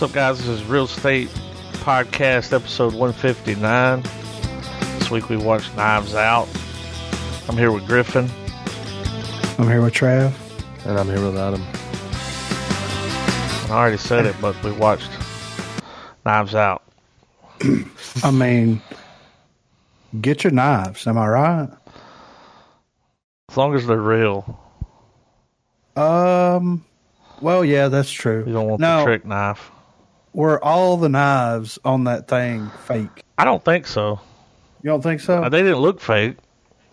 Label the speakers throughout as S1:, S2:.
S1: What's up, guys? This is Real Estate Podcast, episode 159. This week we watched Knives Out. I'm here with Griffin.
S2: I'm here with Trav.
S3: And I'm here with Adam.
S1: I already said it, but we watched Knives Out.
S2: I mean, get your knives. Am I right?
S1: As long as they're real,
S2: Um. Well, yeah, that's true.
S1: you don't want
S2: now,
S1: the trick knife.
S2: Were all the knives on that thing fake?
S1: I don't think so.
S2: You don't think so?
S1: They didn't look fake.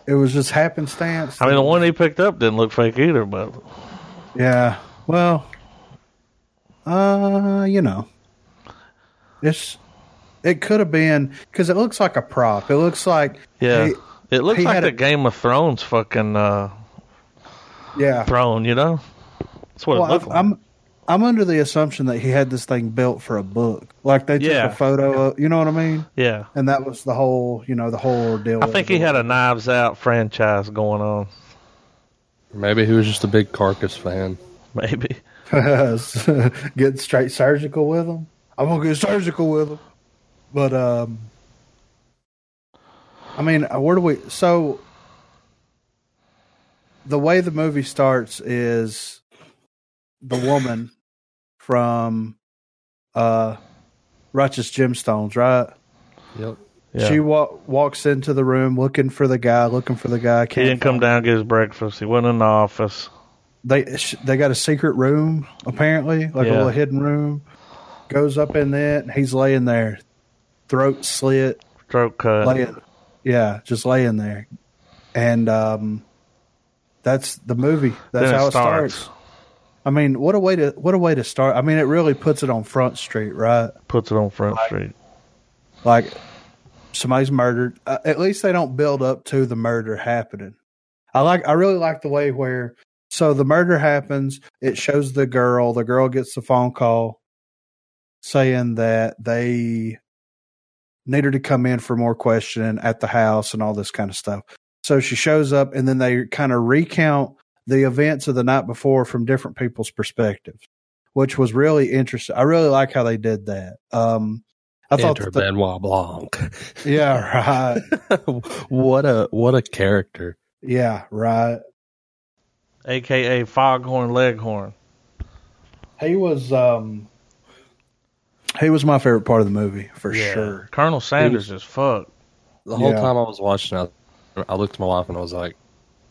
S2: It was just happenstance.
S1: I mean, the one he picked up didn't look fake either, but
S2: yeah. Well. Uh, you know, it's it could have been because it looks like a prop. It looks like
S1: yeah.
S2: He-
S1: it looks
S2: he
S1: like
S2: had
S1: the
S2: a-
S1: Game of Thrones fucking uh,
S2: yeah.
S1: throne, you know? That's what it looked
S2: Well,
S1: like.
S2: I'm I'm under the assumption that he had this thing built for a book. Like they took
S1: Yeah.
S2: a photo of, you know what I mean?
S1: yeah.
S2: And that was the whole, you know, the whole ordeal.
S1: I think he had a Knives Out franchise going on,
S3: Maybe he was just a big carcass fan.
S1: maybe.
S2: a get straight surgical with him. I'm gonna get surgical with him. But um, I mean, uh, where do we? So the way the movie starts is the woman from uh, Righteous Gemstones, right?
S3: Yep.
S1: Yeah.
S2: She wa- walks into the room looking for the guy, looking for the guy.
S1: He
S2: Can't
S1: didn't come down and get his breakfast. He went in the office.
S2: They sh- they got a secret room apparently, like a
S1: Yeah.
S2: little hidden room. Goes up in there, and he's laying there, throat slit,
S1: Throat cut.
S2: laying, yeah, just laying there, and um, that's the movie. That's
S1: Then it
S2: how it
S1: starts.
S2: starts. I mean, what a way to what a way to start. I mean, it really puts it on Front Street, right?
S1: Puts it on Front Street.
S2: like somebody's murdered. Uh, at least they don't build up to the murder happening. I like. I really like the way where so the murder happens. It shows the girl. The girl gets the phone call saying that they need her to come in for more questioning at the house and all this kind of stuff. So she shows up, and then they kind of recount the events of the night before from different people's perspectives, which was really interesting. I really like how they did that. Um, I thought
S3: Enter
S2: that the-
S3: Benoit Blanc.
S2: yeah, right.
S3: what a what a character.
S2: Yeah, right.
S1: AKA Foghorn Leghorn.
S2: He was um he was my favorite part of the movie for sure.
S1: Colonel Sanders is fucked.
S3: The whole
S2: Yeah.
S3: time I was watching it, I looked at my wife and I was like,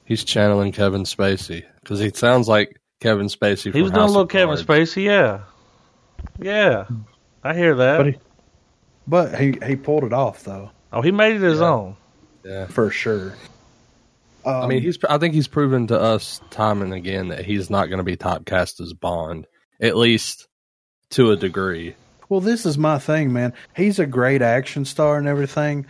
S3: he's channeling Kevin Spacey because he sounds like Kevin Spacey.
S1: He was doing a little Kevin Spacey, yeah. Yeah. I hear that.
S2: But he- But he he pulled it off though,
S1: oh, he made it his
S3: Yeah.
S1: own.
S3: Yeah.
S2: for sure. Um,
S3: I mean, he's. I think he's proven to us time and again that he's not going to be typecast as Bond, at least to a degree.
S2: well. This is my thing, man. He's a great action star and everything,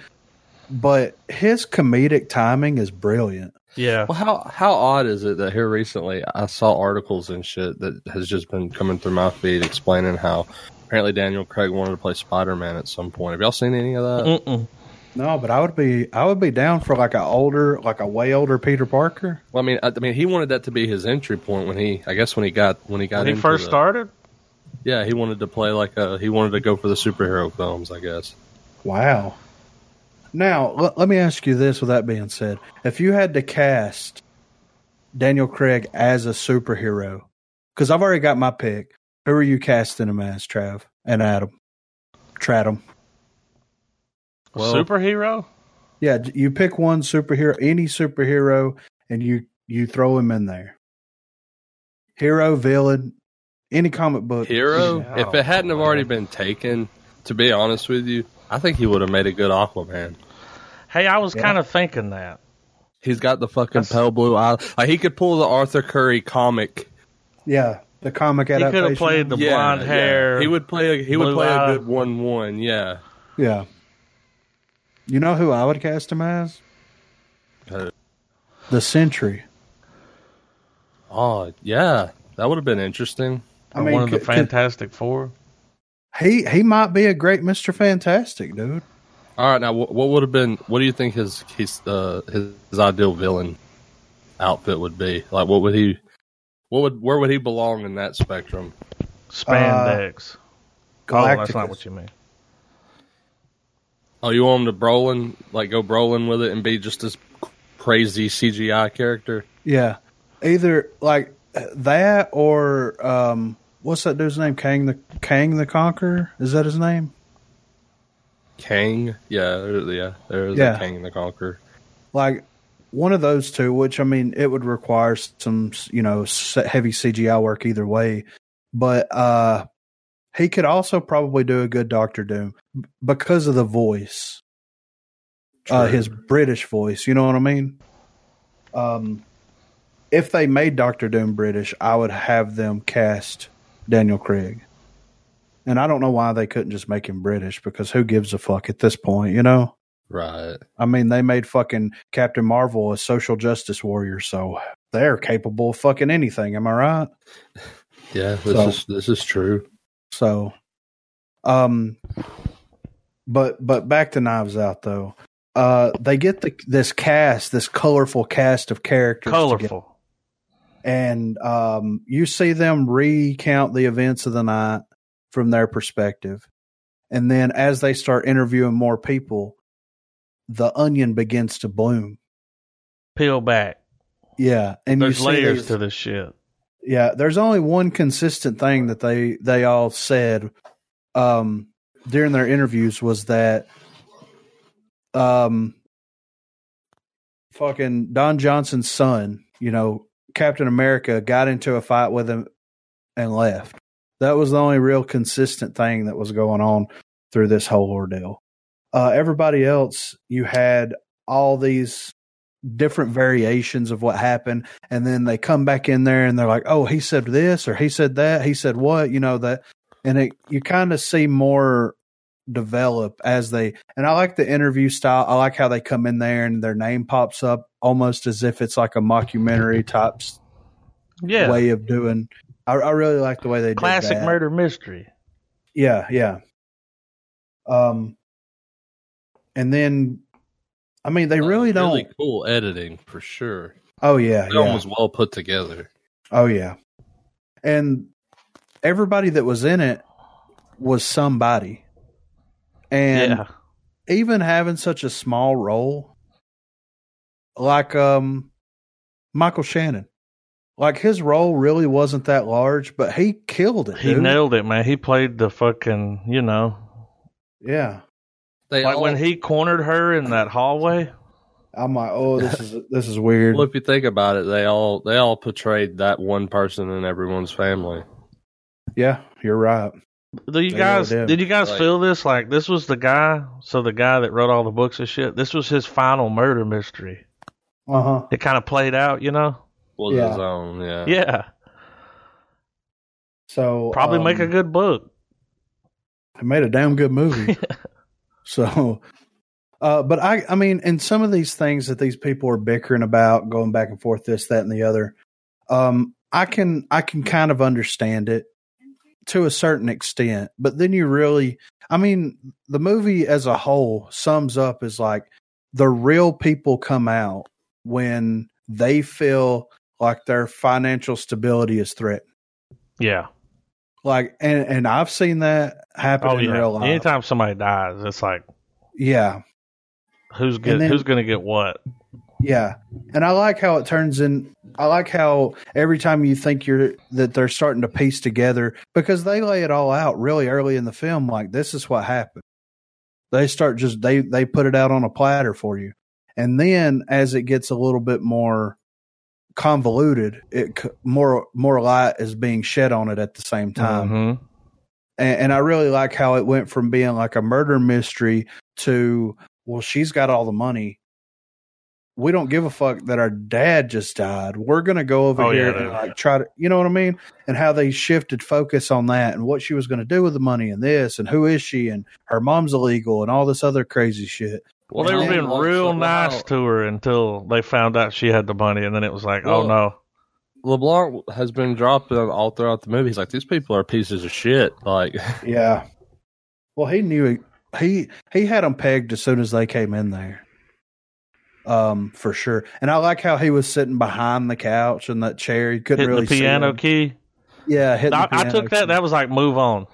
S2: but his comedic timing is brilliant.
S1: Yeah.
S3: Well, how how odd is it that here recently I saw articles and shit that has just been coming through my feed explaining how apparently Daniel Craig wanted to play Spider Man at some point. Have y'all seen any of that?
S1: Mm-mm.
S2: No, but I would be I would be down for like a older, like a way older Peter Parker.
S3: Well, I mean, I, I mean, he wanted that to be his entry point when he, I guess, when he got when he got
S1: When he
S3: into
S1: first
S3: the-
S1: started?
S3: Yeah, he wanted to play like a he wanted to go for the superhero films. I guess.
S2: Wow. Now, l- let me ask you this with that being said. If you had to cast Daniel Craig as a superhero, because I've already got my pick, who are you casting him as, Trav and Adam? Tradum.
S3: Well-
S1: Superhero?
S2: Yeah, d- you pick one superhero, any superhero, and you, you throw him in there. Hero, villain, any comic book.
S3: Hero.
S1: Yeah, I
S3: if
S1: don't
S3: it hadn't
S1: know,
S3: have already
S1: man.
S3: been taken, to be honest with you, I think he would have made a good Aquaman.
S1: Hey, I was
S2: Yeah.
S1: kind of thinking that.
S3: He's got the fucking
S1: That's-
S3: pale blue eye. Like he could pull the Arthur Curry comic.
S2: Yeah, the comic
S1: He
S2: adaptation.
S1: could have played the blonde
S3: yeah.
S1: hair.
S3: He would play. A, he would
S1: blue
S3: play
S1: eye.
S3: a good one-one. Yeah.
S2: Yeah. You know who I would cast him as?
S1: Uh,
S3: Who?
S2: The Sentry.
S3: Oh yeah, that would have been interesting.
S2: I
S1: Or
S2: mean,
S1: one of the
S2: could- could-
S1: Fantastic Four.
S2: he he might be a great Mister Fantastic, dude.
S3: All right, now what, what would have been? What do you think his his uh, his, his ideal villain outfit would be? Like, what would he? What would where would he belong in that spectrum?
S1: Spandex. Oh, that's not
S2: Uh, Galacticus.
S1: what you mean.
S3: Oh, you want him to Brolin, like go Brolin with it and be just this crazy CGI character?
S2: Yeah, either like that or um, what's that dude's name? Kang the Kang the Conqueror. Is that his name?
S3: Kang? Yeah, there- yeah. There is
S2: Yeah.
S3: a Kang the Conqueror.
S2: Like one of those two. Which I mean, it would require some you know s- heavy CGI work either way. But uh, he could also probably do a good Doctor Doom because of the voice, uh,
S3: True.
S2: his British voice. You know what I mean? Um, if they made Doctor Doom British, I would have them cast Daniel Craig. And I don't know why they couldn't just make him British because who gives a fuck at this point, you know?
S3: Right.
S2: I mean, they made fucking Captain Marvel a social justice warrior, so they're capable of fucking anything, am I right?
S3: Yeah, this
S2: So-
S3: is this is true.
S2: So um but but back to Knives Out though. Uh they get the this cast, this colorful cast of characters together.
S1: Colorful.
S2: and um, you see them recount the events of the night from their perspective. And then as they start interviewing more people, the onion begins to bloom.
S1: Peel back.
S2: Yeah, and
S1: There's
S2: you see
S1: layers
S2: these-
S1: to this shit.
S2: yeah, there's only one consistent thing that they they all said um, during their interviews was that um, fucking Don Johnson's son, you know, Captain America got into a fight with him and left. That was the only real consistent thing that was going on through this whole ordeal. Uh, everybody else, you had all these different variations of what happened and then they come back in there and they're like, "Oh, he said this or he said that, he said what," you know that, and it you kind of see more develop as they. And I like the interview style. I like how they come in there and their name pops up almost as if it's like a mockumentary type s-
S1: Yeah.
S2: way of doing. I, I really like the way they did
S1: Classic
S2: that.
S1: murder mystery.
S2: Yeah, yeah. Um, and then, I mean,
S1: Uh,
S2: they really don't.
S3: Really cool editing for sure.
S2: oh yeah,
S3: The
S2: yeah.
S3: film was well put together.
S2: Oh yeah. And everybody that was in it was somebody. And
S1: yeah.
S2: even having such a small role like um Michael Shannon. Like his role really wasn't that large, but he killed it.
S1: He
S2: dude.
S1: nailed it, man. He played the fucking, you know,
S2: Yeah.
S3: They
S1: like
S3: all,
S1: when he cornered her in that hallway.
S2: I'm like, oh, this is this is weird.
S3: well, if you think about it, they all they all portrayed that one person in everyone's family.
S2: yeah, you're right.
S1: Do you
S2: They really
S1: guys
S2: did.
S1: did. you guys
S3: Like-
S1: feel this? Like this was the guy, so the guy that wrote all the books and shit. This was his final murder mystery.
S2: Uh huh.
S1: It kind of played out, you know.
S3: Was
S2: Yeah.
S3: his own, yeah.
S1: Yeah,
S2: So
S1: probably make a
S2: um,
S1: good book.
S2: It made a damn good movie. so, uh, but I, I mean, and some of these things that these people are bickering about, going back and forth, this, that, and the other, um, I can, I can kind of understand it to a certain extent. But then you really, I mean, the movie as a whole sums up as like the real people come out when they feel like their financial stability is threatened.
S1: Yeah.
S2: Like, and and I've seen that happen
S1: Oh
S2: in
S1: yeah.
S2: real life.
S1: Anytime somebody dies, it's like
S2: Yeah.
S1: who's get,
S2: then-
S1: who's gonna get what?
S2: Yeah. And I like how it turns in I like how every time you think you're that they're starting to piece together because they lay it all out really early in the film like this is what happened. They start just they they put it out on a platter for you. And then as it gets a little bit more convoluted, it c- more more light is being shed on it at the same time
S1: Mhm.
S3: Mm-hmm.
S2: and, and I really like how it went from being like a murder mystery to well, she's got all the money. We don't give a fuck that our dad just died. We're gonna go over
S1: Oh, yeah,
S2: here
S1: that-
S2: and like try to, you know what I mean? And how they shifted focus on that and what she was gonna do with the money and this and who is she and her mom's illegal and all this other crazy shit.
S1: Well, they were
S2: And then
S1: being real nice
S3: to.
S1: to her until they found out she had the money, and then it was like, oh
S3: Well-
S1: no.
S3: LeBlanc has been dropping all throughout the movie. He's like, these people are pieces of shit. Like,
S2: Yeah. Well, he knew he he had them pegged as soon as they came in there. Um, for sure. And I like how he was sitting behind the couch in that chair. He couldn't
S1: Hitting
S2: really
S1: the piano
S2: see. him.
S1: key.
S2: Yeah, hitting
S1: I,
S2: the
S1: I
S2: piano
S1: took that.
S2: key.
S1: That was like move on.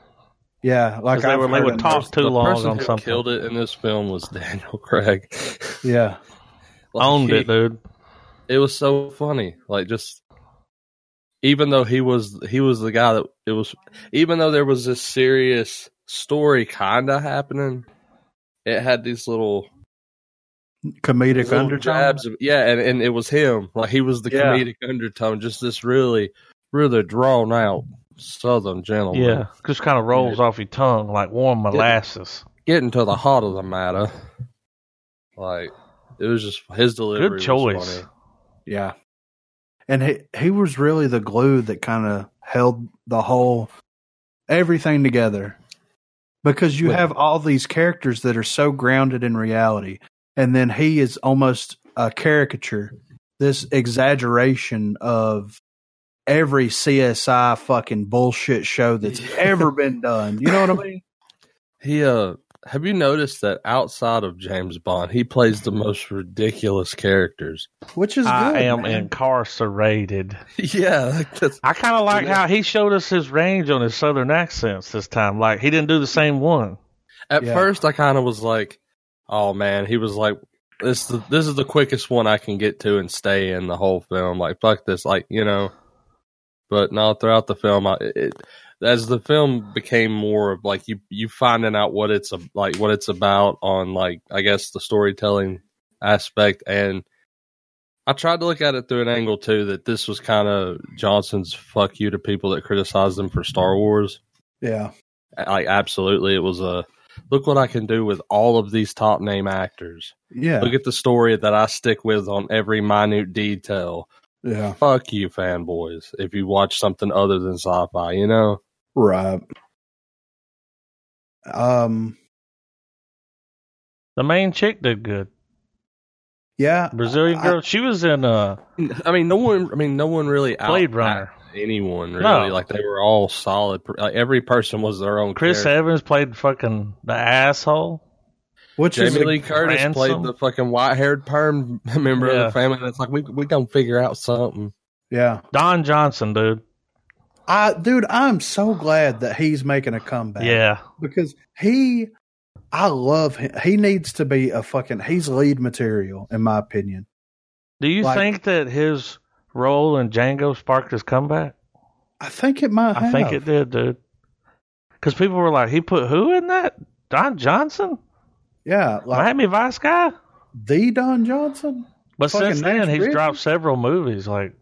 S2: Yeah, like
S1: they
S2: I've
S1: were- they
S2: heard
S1: would
S2: of
S1: talk
S2: most-
S1: too
S3: the
S1: long
S3: person
S1: on
S3: who
S1: something.
S3: killed it in this film was Daniel Craig.
S2: Yeah,
S3: Like,
S1: Owned
S3: he-
S1: it, dude.
S3: It was so funny. Like just even though he was he was the guy that it was even though there was this serious story kinda happening, it had these little
S2: comedic
S3: little
S2: undertone.
S3: jabs of- yeah, and, and it was him. Like he was the
S2: Yeah.
S3: comedic undertone, just this really, really drawn out southern gentleman.
S1: Yeah, just kind of rolls off your tongue like warm molasses.
S3: Getting to the heart of the matter. Like it was just his delivery.
S1: Good
S3: was
S1: choice.
S3: funny.
S2: Yeah, and he he was really the glue that kind of held the whole everything together because you
S3: Well-
S2: have all these characters that are so grounded in reality, and then he is almost a caricature, this exaggeration of every CSI fucking bullshit show that's ever been done. You know what I mean?
S3: He uh have you noticed that outside of James Bond, he plays the most ridiculous characters?
S2: Which is
S1: I
S2: good,
S1: am
S2: man.
S1: incarcerated.
S3: yeah, like that's
S1: I kind of like
S3: Yeah.
S1: how he showed us his range on his southern accents this time. Like he didn't do the same one.
S3: At
S2: Yeah.
S3: first, I kind of was like, "Oh man," he was like, "This the, this is the quickest one I can get to and stay in the whole film." Like, fuck this, like you know. But no, throughout the film, I, it, as the film became more of like you you finding out what it's a, like what it's about on like I guess the storytelling aspect, and I tried to look at it through an angle too that this was kind of Johnson's fuck you to people that criticized him for Star Wars
S2: Yeah.
S3: like absolutely it was a look what i can do with all of these top name actors
S2: Yeah.
S3: look at the story that i stick with on every minute detail
S2: Yeah.
S3: fuck you fanboys if you watch something other than sci-fi you know
S2: Right. Um
S1: The main chick did good.
S2: yeah.
S1: Brazilian
S2: I-
S1: girl. she was in uh
S3: i mean no one i mean no one really
S1: Blade
S3: out-
S1: Runner.
S3: anyone really
S1: No.
S3: like they were all solid per- like every person was their own
S1: Chris
S3: character.
S1: Evans played fucking the asshole.
S2: Which is
S3: Jamie
S2: a-
S3: Lee Curtis
S1: Ransom.
S3: played the fucking white-haired perm member
S1: Yeah.
S3: of the family. And it's like we we gonna figure out something.
S2: yeah.
S1: Don Johnson, dude.
S2: I dude, I'm so glad that he's making a comeback.
S1: Yeah.
S2: Because he I love him. He needs to be a fucking he's lead material in my opinion.
S1: Do you
S2: Like-
S1: think that his role in Django sparked his comeback?
S2: I think it might
S1: I think it
S2: have.
S1: did, dude. Because people were like, he put who in that? Don Johnson?
S2: Yeah, like
S1: Miami Vice guy?
S2: the Don Johnson?
S1: But
S2: fucking
S1: since then,
S2: Nash
S1: he's
S2: Bridges?
S1: dropped several movies. Like,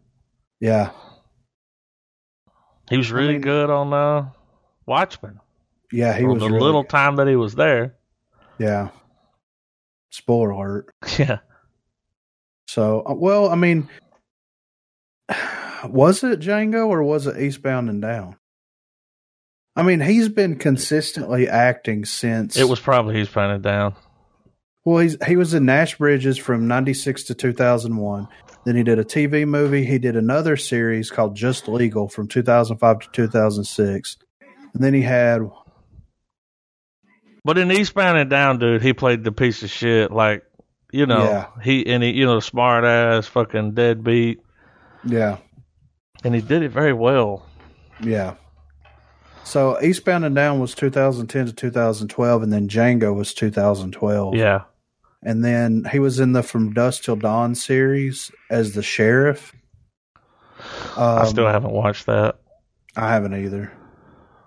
S2: Yeah.
S1: he was really
S2: mean-
S1: good on uh, Watchmen.
S2: Yeah, he
S1: on
S2: was
S1: the
S2: really-
S1: little time that he was there.
S2: Yeah. Spoiler alert.
S1: Yeah.
S2: So, uh, well, I mean, was it Django or was it Eastbound and Down? I mean, he's been consistently acting since
S1: It was probably he's putting it down.
S2: Well, he's, he was in Nash Bridges from '96 to 2001. Then he did a TV movie. He did another series called Just Legal from 2005 to 2006. And then he had
S1: But in Eastbound and Down, dude, he played the piece of shit. Like, you know,
S2: Yeah.
S1: he and he, you know, smart ass, fucking deadbeat,
S2: yeah,
S1: and he did it very well.
S2: yeah. So Eastbound and Down was 2010 to 2012, and then Django was 2012.
S1: Yeah,
S2: and then he was in the From Dusk Till Dawn series as the sheriff.
S1: I
S2: Um,
S1: still haven't watched that.
S2: I haven't either.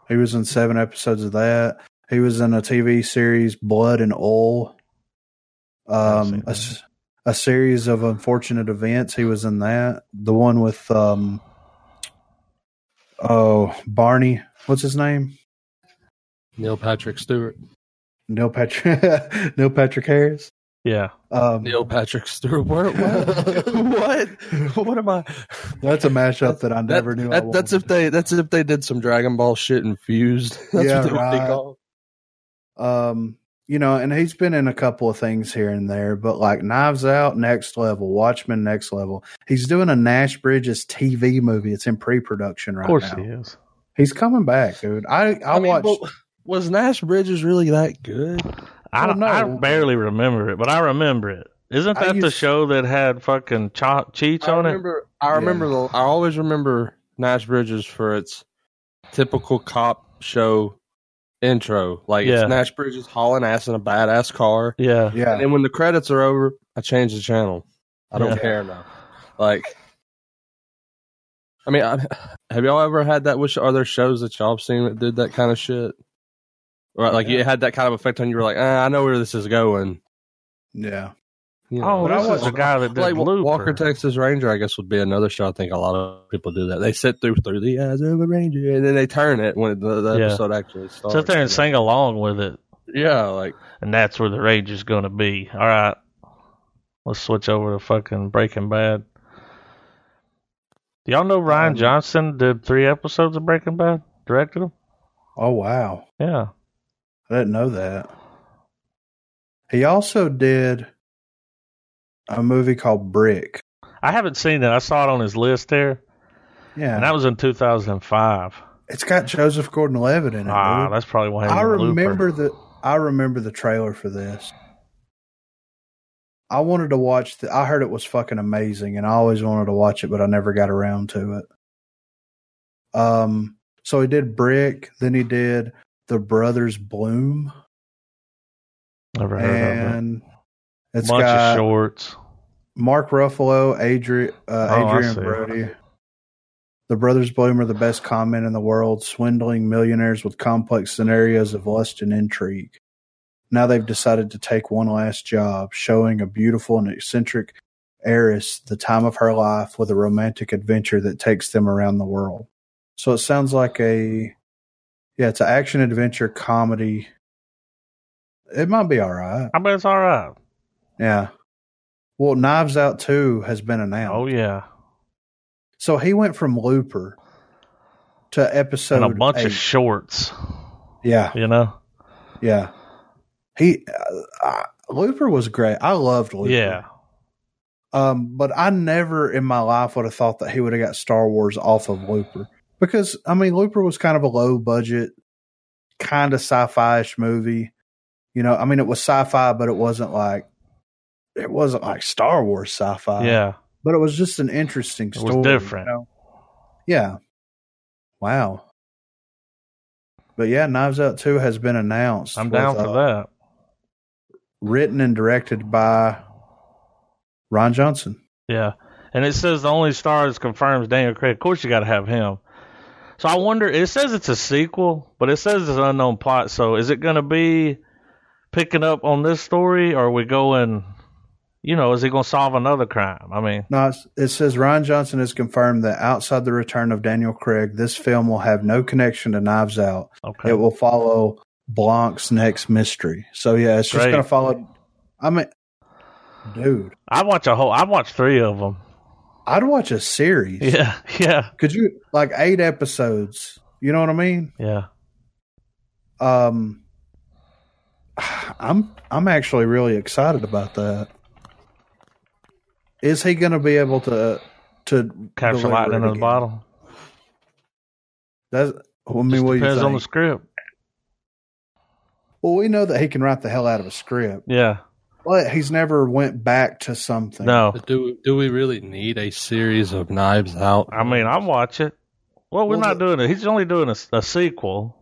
S2: He was in seven episodes of that. He was in a TV series, Blood and Oil.
S1: I've seen
S2: Um, a, s- a series of unfortunate events. He was in that. The one with um, oh Barney, what's his name?
S3: Neil Patrick Stewart.
S2: Neil Patrick. Neil Patrick Harris.
S1: Yeah,
S2: Um,
S3: Neil Patrick Stewart. Where,
S2: what?
S3: what? What am I?
S2: that's a mashup that I never knew. I
S3: That, that's
S2: wanted.
S3: if they. That's if they did some Dragon Ball shit infused. That's
S2: Yeah,
S3: what they would be
S2: right.
S3: called.
S2: um you know and he's been in a couple of things here and there but like knives out next level watchmen next level he's doing a nash bridges tv movie it's in pre-production right
S1: of course
S2: now
S1: he is.
S2: he's coming back dude i i,
S3: mean,
S2: watched
S3: but was Nash Bridges really that good?
S1: I
S2: don't
S1: don't. I
S2: know.
S1: barely remember it, but I remember it. Isn't
S2: I
S1: that the
S2: used-
S1: show that had fucking Ch- Cheech
S3: I
S1: on it?
S3: remember. I remember. The, I always remember Nash Bridges for its typical cop show. intro. Like
S1: Yeah.
S3: it's Nash Bridges hauling ass in a badass car.
S1: Yeah.
S2: Yeah.
S3: And then when the credits are over, I change the channel. I don't
S1: Yeah.
S3: care now. Like, I mean, I, have y'all ever had that? Which are there shows that y'all have seen that did that kind of shit? Right, like you had that kind of effect on you. Were like, eh, I know where this is going.
S2: Yeah.
S3: You
S1: Oh,
S3: know?
S2: But I
S1: this is
S2: was-
S1: the guy that did
S3: like Wa-
S1: Looper.
S3: Walker Texas Ranger, I guess would be another show. I think a lot of people do that. They sit through through the eyes of a ranger, and then they turn it when the, the
S1: Yeah.
S3: episode actually starts.
S1: Sit there and sing along with it,
S3: yeah, like
S1: and that's where the rage is going to be. All right, let's switch over to fucking Breaking Bad. Do y'all know Ryan
S2: Um,
S1: Johnson did three episodes of Breaking Bad? Directed them?
S2: Oh wow.
S1: Yeah.
S2: I didn't know that. He also did a movie called Brick.
S1: I haven't seen it. I saw it on his list there,
S2: Yeah.
S1: and that was in 2005.
S2: it's got Joseph Gordon Levitt in it.
S1: Ah,
S2: dude.
S1: that's probably why he was
S2: I
S1: a looper.
S2: remember the I remember the trailer for this. I wanted to watch the I heard it was fucking amazing and I always wanted to watch it, but I never got around to it. Um so he did Brick, then he did The Brothers Bloom.
S1: Never heard of it.
S2: and it's
S1: Bunch
S2: got
S1: of shorts.
S2: Mark Ruffalo, Adri- uh,
S1: Oh, I
S2: Adrian
S1: see.
S2: Brody. The brothers Bloom are the best comment in the world, swindling millionaires with complex scenarios of lust and intrigue. Now they've decided to take one last job, showing a beautiful and eccentric heiress the time of her life with a romantic adventure that takes them around the world. So it sounds like a, yeah, it's an action adventure comedy. It might be all right.
S1: I bet it's all right.
S2: Yeah. Well, Knives Out 2 has been announced.
S1: Oh yeah,
S2: So he went from Looper to episode
S1: and a bunch
S2: eight.
S1: of shorts.
S2: yeah,
S1: You know.
S2: yeah. He uh, uh, Looper was great. I loved Looper.
S1: Yeah.
S2: Um, but I never in my life would have thought that he would have got Star Wars off of Looper because I mean Looper was kind of a low budget, kind of sci-fi-ish movie. You know, I mean it was sci-fi, but it wasn't like it wasn't like Star Wars sci-fi.
S1: yeah.
S2: but it was just an interesting
S1: It was
S2: story.
S1: different.
S2: know? Yeah. Wow. But yeah, Knives Out 2 has been announced.
S1: I'm
S2: with,
S1: down
S2: uh,
S1: for that.
S2: Written and directed by Ron Johnson.
S1: Yeah. And it says the only star is confirmed is Daniel Craig. Of course, you got to have him. So I wonder, it says it's a sequel, but it says it's an unknown plot. So is it going to be picking up on this story or are we going, you know, is he going to solve another crime? I mean,
S2: No, it's- it says Ron Johnson has confirmed that outside the return of Daniel Craig, this film will have no connection to Knives Out.
S1: okay.
S2: It will follow Blanc's next mystery. So yeah, it's just
S1: Great.
S2: going to follow. I mean, dude,
S1: I watch a whole, I watched three of them.
S2: I'd watch a series.
S1: Yeah. Yeah.
S2: could you like eight episodes you know what i mean
S1: Yeah.
S2: um i'm i'm actually really excited about that is he gonna be able to to
S1: Capture
S2: deliver
S1: lightning
S2: it
S1: in a
S2: again?
S1: bottle.
S2: that's i mean
S1: Just
S2: what do you
S1: depends on the
S2: think?
S1: script.
S2: well we know that he can write the hell out of a script
S1: Yeah.
S2: but he's never went back to something
S1: No.
S3: But do do we really need a series of Knives Out?
S1: I mean, I watch it. Well, we're
S2: Well,
S1: not
S2: the-
S1: doing it. He's only doing a, a sequel.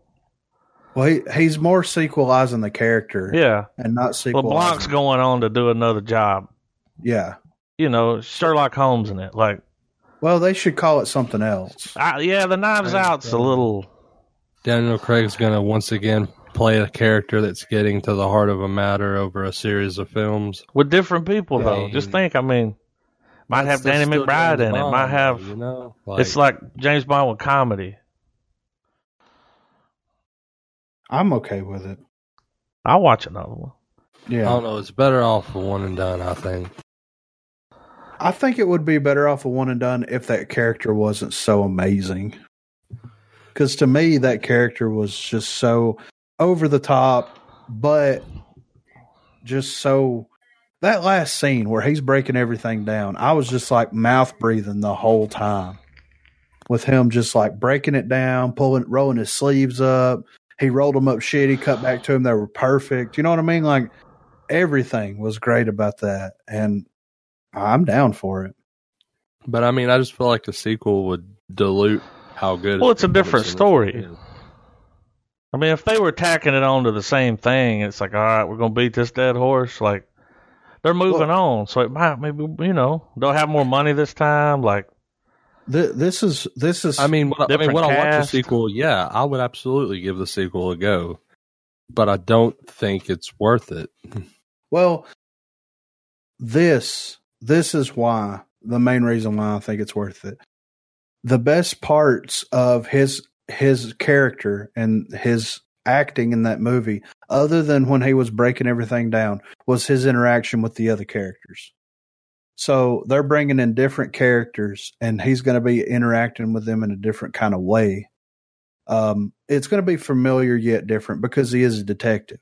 S2: well he, he's more sequelizing the character
S1: Yeah.
S2: and not sequelizing
S1: LeBlanc's going on to do another job.
S2: yeah
S1: You know, Sherlock Holmes in it. Like,
S2: well they should call it something else
S1: I, yeah, the Knives
S3: Right,
S1: Out's a
S3: right.
S1: little.
S3: Daniel Craig's gonna once again play a character that's getting to the heart of a matter over a series of films.
S1: with different people, though.
S3: Right.
S1: Just think, I mean, might have
S3: That's
S1: Danny
S3: still
S1: McBride
S3: James
S1: in it. Might
S3: Bond,
S1: have.
S3: you know,
S1: it's like James Bond with comedy.
S2: i'm okay with it
S1: I'll watch another one.
S2: yeah
S3: I don't know. It's better off for one and done. I think.
S2: I think it would be better off a one and done if that character wasn't so amazing. Because to me, that character was just so over the top, but just so. That last scene where he's breaking everything down, I was just like mouth breathing the whole time with him just like breaking it down, pulling, rolling his sleeves up. He rolled them up shitty, cut back to him. They were perfect. You know what I mean? Like everything was great about that. And I'm down for it.
S3: But I mean, I just feel like the sequel would dilute how good.
S1: Well, it's a
S3: performance
S1: different
S3: in it
S1: story.
S3: is.
S1: I mean, if they were tacking it on to the same thing, it's like, all right, we're gonna beat this dead horse. Like they're moving on, so it might maybe you know they'll have more money this time. Like
S2: Th- this is this is
S3: I mean, what, I mean,
S1: Different
S3: would I watch a
S1: cast.
S3: sequel? Yeah, I would absolutely give the sequel a go, but I don't think it's worth it.
S2: Well, this this is why the main reason why I think it's worth it. The best parts of his his character and his acting in that movie, other than when he was breaking everything down, was his interaction with the other characters. So they're bringing in different characters, and he's going to be interacting with them in a different kind of way. Um, it's going to be familiar yet different because he is a detective.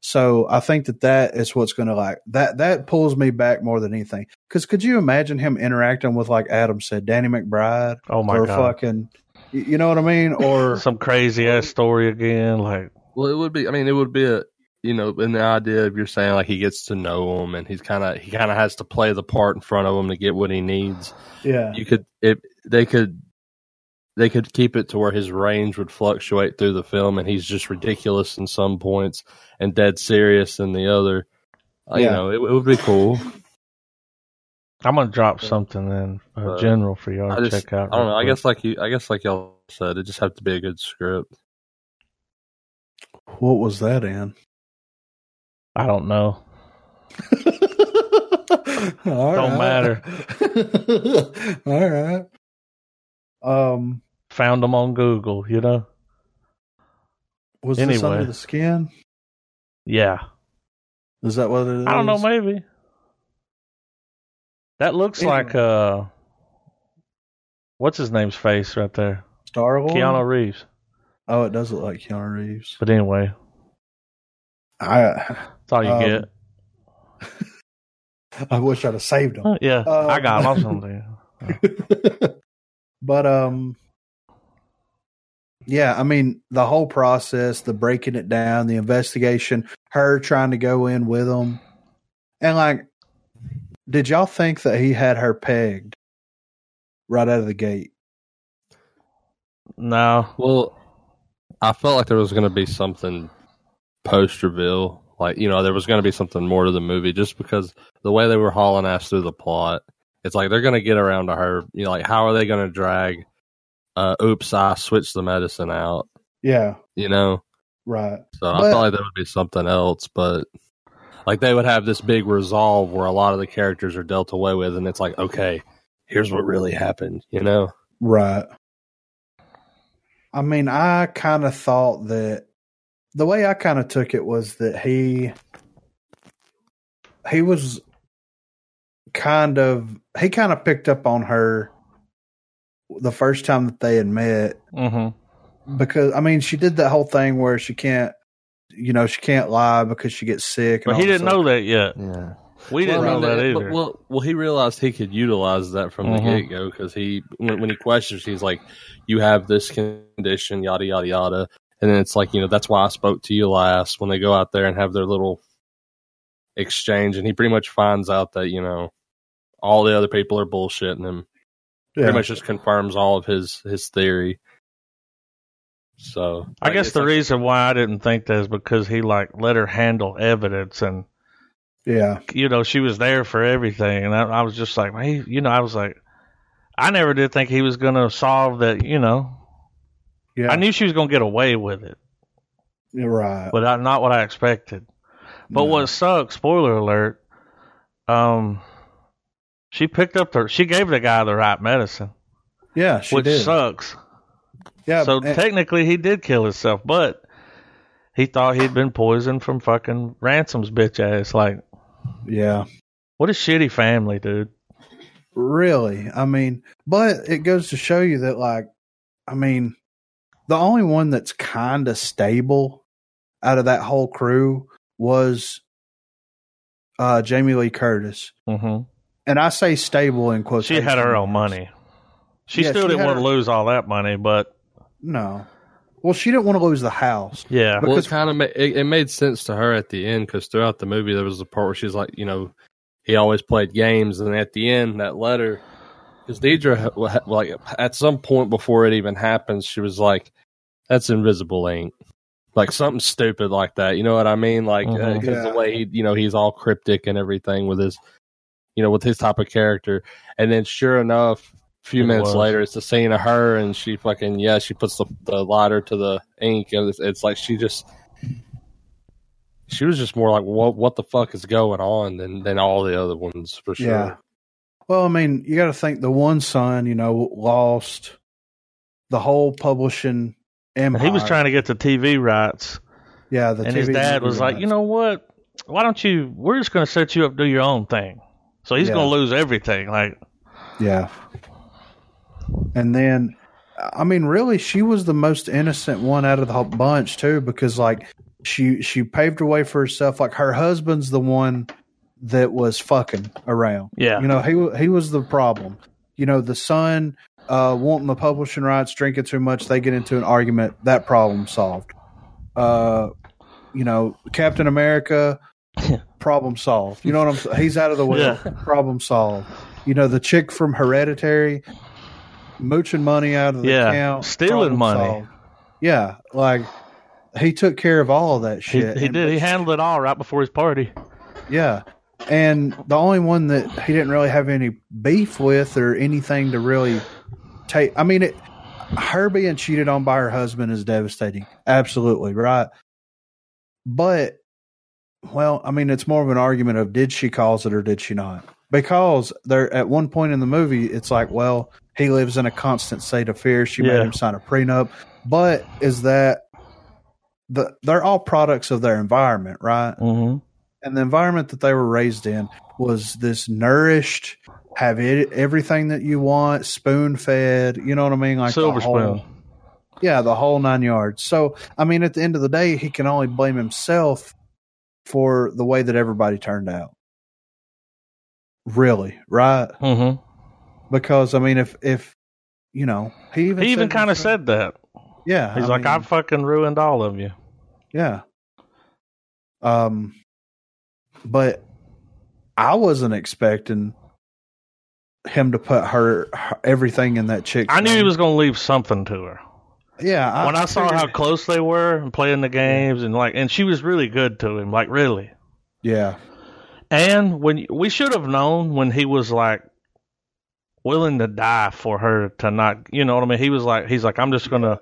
S2: So I think that that is what's going to like that that pulls me back more than anything. Because could you imagine him interacting with like Adam said, Danny McBride
S1: oh my
S2: or
S1: god,
S2: fucking, y- you know what I mean? Or
S1: some crazy ass story again. Like
S3: Well, it would be. I mean, it would be a you know, in the idea of you're saying like he gets to know him and he's kind of he kind of has to play the part in front of him to get what he needs.
S2: yeah,
S3: You could if they could they could keep it to where his range would fluctuate through the film and he's just ridiculous in some points and dead serious in the other. Uh, You
S2: Yeah.
S3: know, it, it would be cool.
S1: I'm gonna drop something in uh,
S3: Uh,
S1: general for y'all
S3: I
S1: to
S3: just-
S1: check out.
S3: I
S1: real
S3: don't know. I
S1: quick.
S3: guess like you, I guess like y'all said, it just have to be a good script.
S2: what was that in?
S1: I don't know.
S2: Don't
S1: matter.
S2: All right. Um,
S1: Found them on Google, you know.
S2: was this
S1: Anyway.
S2: under the skin?
S1: Yeah,
S2: Is that what it is?
S1: I don't know. Maybe that looks
S2: Anyway.
S1: like uh, what's his name's face right there,
S2: Star Lord.
S1: Keanu Reeves.
S2: Oh, it does look like Keanu Reeves.
S1: But anyway,
S2: I
S1: that's all you
S2: Um,
S1: get.
S2: I wish I'd have saved him.
S1: Huh, Yeah,
S2: um,
S1: I got lost on there.
S2: but um yeah i mean the whole process the breaking it down the investigation her trying to go in with him and like did y'all think that he had her pegged right out of the gate
S1: No,
S3: Well, I felt like there was going to be something post reveal, like you know, there was going to be something more to the movie, just because the way they were hauling ass through the plot, it's like they're going to get around to her. You know, like how are they going to drag? Uh, oops, I switched the medicine out.
S2: yeah
S3: You know,
S2: right
S3: so I
S2: But-
S3: felt like there would be something else, but like they would have this big resolve where a lot of the characters are dealt away with, and it's like, okay, here's what really happened. You know.
S2: Right. I mean, I kind of thought that the way I kind of took it was that he he was kind of he kind of picked up on her the first time that they had met
S1: hmm
S2: because I mean she did that whole thing where she can't you know she can't lie because she gets sick and
S1: but
S2: all
S1: he
S2: this
S1: didn't
S2: other-
S1: know that yet.
S3: Yeah.
S1: We didn't
S3: Well, I
S1: know
S3: mean,
S1: that
S3: it-
S1: either.
S3: but- well, well, he realized he could utilize that from
S1: Mhm.
S3: the get go because he, when, when he questions, he's like, "You have this condition, yada yada yada," and then it's like, you know, that's why I spoke to you last. When they go out there and have their little exchange, and he pretty much finds out that you know all the other people are bullshitting him.
S2: Yeah.
S3: Pretty much just confirms all of his his theory. So
S1: I
S3: like,
S1: guess
S3: it's
S1: the
S3: like-
S1: reason why I didn't think that is because he like let her handle evidence, and
S2: yeah
S1: you know she was there for everything, and I, I was just like, hey, you know, I was like, I never did think he was gonna solve that. You know,
S2: yeah
S1: I knew she was gonna get away with it,
S2: you're right
S1: but I, not what I expected. But
S2: Yeah.
S1: what sucks, spoiler alert, um, she picked up the, she gave the guy the right medicine,
S2: yeah she
S1: which
S2: did
S1: sucks.
S2: yeah
S1: so
S2: and-
S1: technically, he did kill himself, but he thought he'd been poisoned from fucking Ransom's bitch ass. Like,
S2: yeah
S1: what a shitty family, dude.
S2: Really? I mean, but it goes to show you that, like, I mean, the only one that's kind of stable out of that whole crew was uh, Jamie Lee Curtis.
S1: hmm
S2: And I say stable in quotes.
S1: She had her own money. She
S2: Yeah,
S1: still
S2: she
S1: didn't
S2: had
S1: want to
S2: her-
S1: lose all that money, but
S2: No. Well, she didn't want to lose the house.
S1: yeah,
S3: Well,
S2: Because-
S3: it kind of ma- it, it made sense to her at the end because throughout the movie there was a part where she's like, you know, he always played games, and at the end that letter, because Deidre ha- wa- ha- like at some point before it even happens, she was like, "That's invisible ink," like something stupid like that. You know what I mean? Like because
S1: Mhm.
S3: the
S2: Mm-hmm. Yeah.
S3: way he, you know, he's all cryptic and everything with his, you know, with his type of character. And then sure enough, a few
S1: It
S3: minutes
S1: was.
S3: later, it's the scene of her and she fucking yeah, she puts the, the lighter to the ink and it's, it's like she just. She was just more like, what? What the fuck is going on? Than than all the other ones for sure.
S2: Yeah. Well, I mean, you got to think the one son, you know, lost the whole publishing empire.
S1: He was trying to get the TV rights,
S2: yeah. The
S1: and his
S2: TV
S1: dad was like,
S2: rights.
S1: "You know what? Why don't you? We're just going to set you up, do your own thing." So he's
S2: Yeah.
S1: going to lose everything. Like,
S2: yeah. And then, I mean, really, she was the most innocent one out of the whole bunch too, because like she she paved her way for herself. Like her husband's the one that was fucking around.
S1: yeah,
S2: You know, he wa- he was the problem. You know, the son uh, wanting the publishing rights, drinking too much, they get into an argument. That problem solved. Uh, you know, Captain America, problem solved. You know what I'm saying? He's out of the way.
S1: Yeah.
S2: Problem solved. You know, the chick from Hereditary, mooching money out of the
S1: Yeah.
S2: account,
S1: Stealing
S2: problem
S1: money.
S2: Yeah, like he took care of all of that
S1: he,
S2: shit.
S1: he
S2: And-
S1: did. He handled it all right before his party.
S2: yeah. And the only one that he didn't really have any beef with or anything to really take. I mean, it, her being cheated on by her husband is devastating. Absolutely. Right. But, well, I mean, it's more of an argument of did she cause it or did she not? Because there, at one point in the movie, it's like, well, he lives in a constant state of fear. She
S1: Yeah.
S2: made him sign a prenup. But is that the, they're all products of their environment, right?
S1: Mm-hmm.
S2: and the environment that they were raised in was this nourished, have it, everything that you want, spoon fed. You know what I mean? Like the
S1: Silver
S2: whole-
S1: spoon.
S2: yeah, the whole nine yards. So I mean, at the end of the day, he can only blame himself for the way that everybody turned out. Really, right?
S1: hmm
S2: Because I mean, if if you know, he even
S1: He even
S2: said
S1: kind of
S2: himself-
S1: said that.
S2: yeah,
S1: He's like,
S2: mean-
S1: "I fucking ruined all of you."
S2: Yeah. Um, but I wasn't expecting him to put her, her- everything in that chick.
S1: I knew he was going to leave something to her.
S2: Yeah.
S1: when I saw how
S2: figured-
S1: close they were and playing the games and like, and she was really good to him, like really.
S2: Yeah.
S1: And when we should have known when he was like willing to die for her to not, you know what I mean? He was like, he's like, I'm just gonna,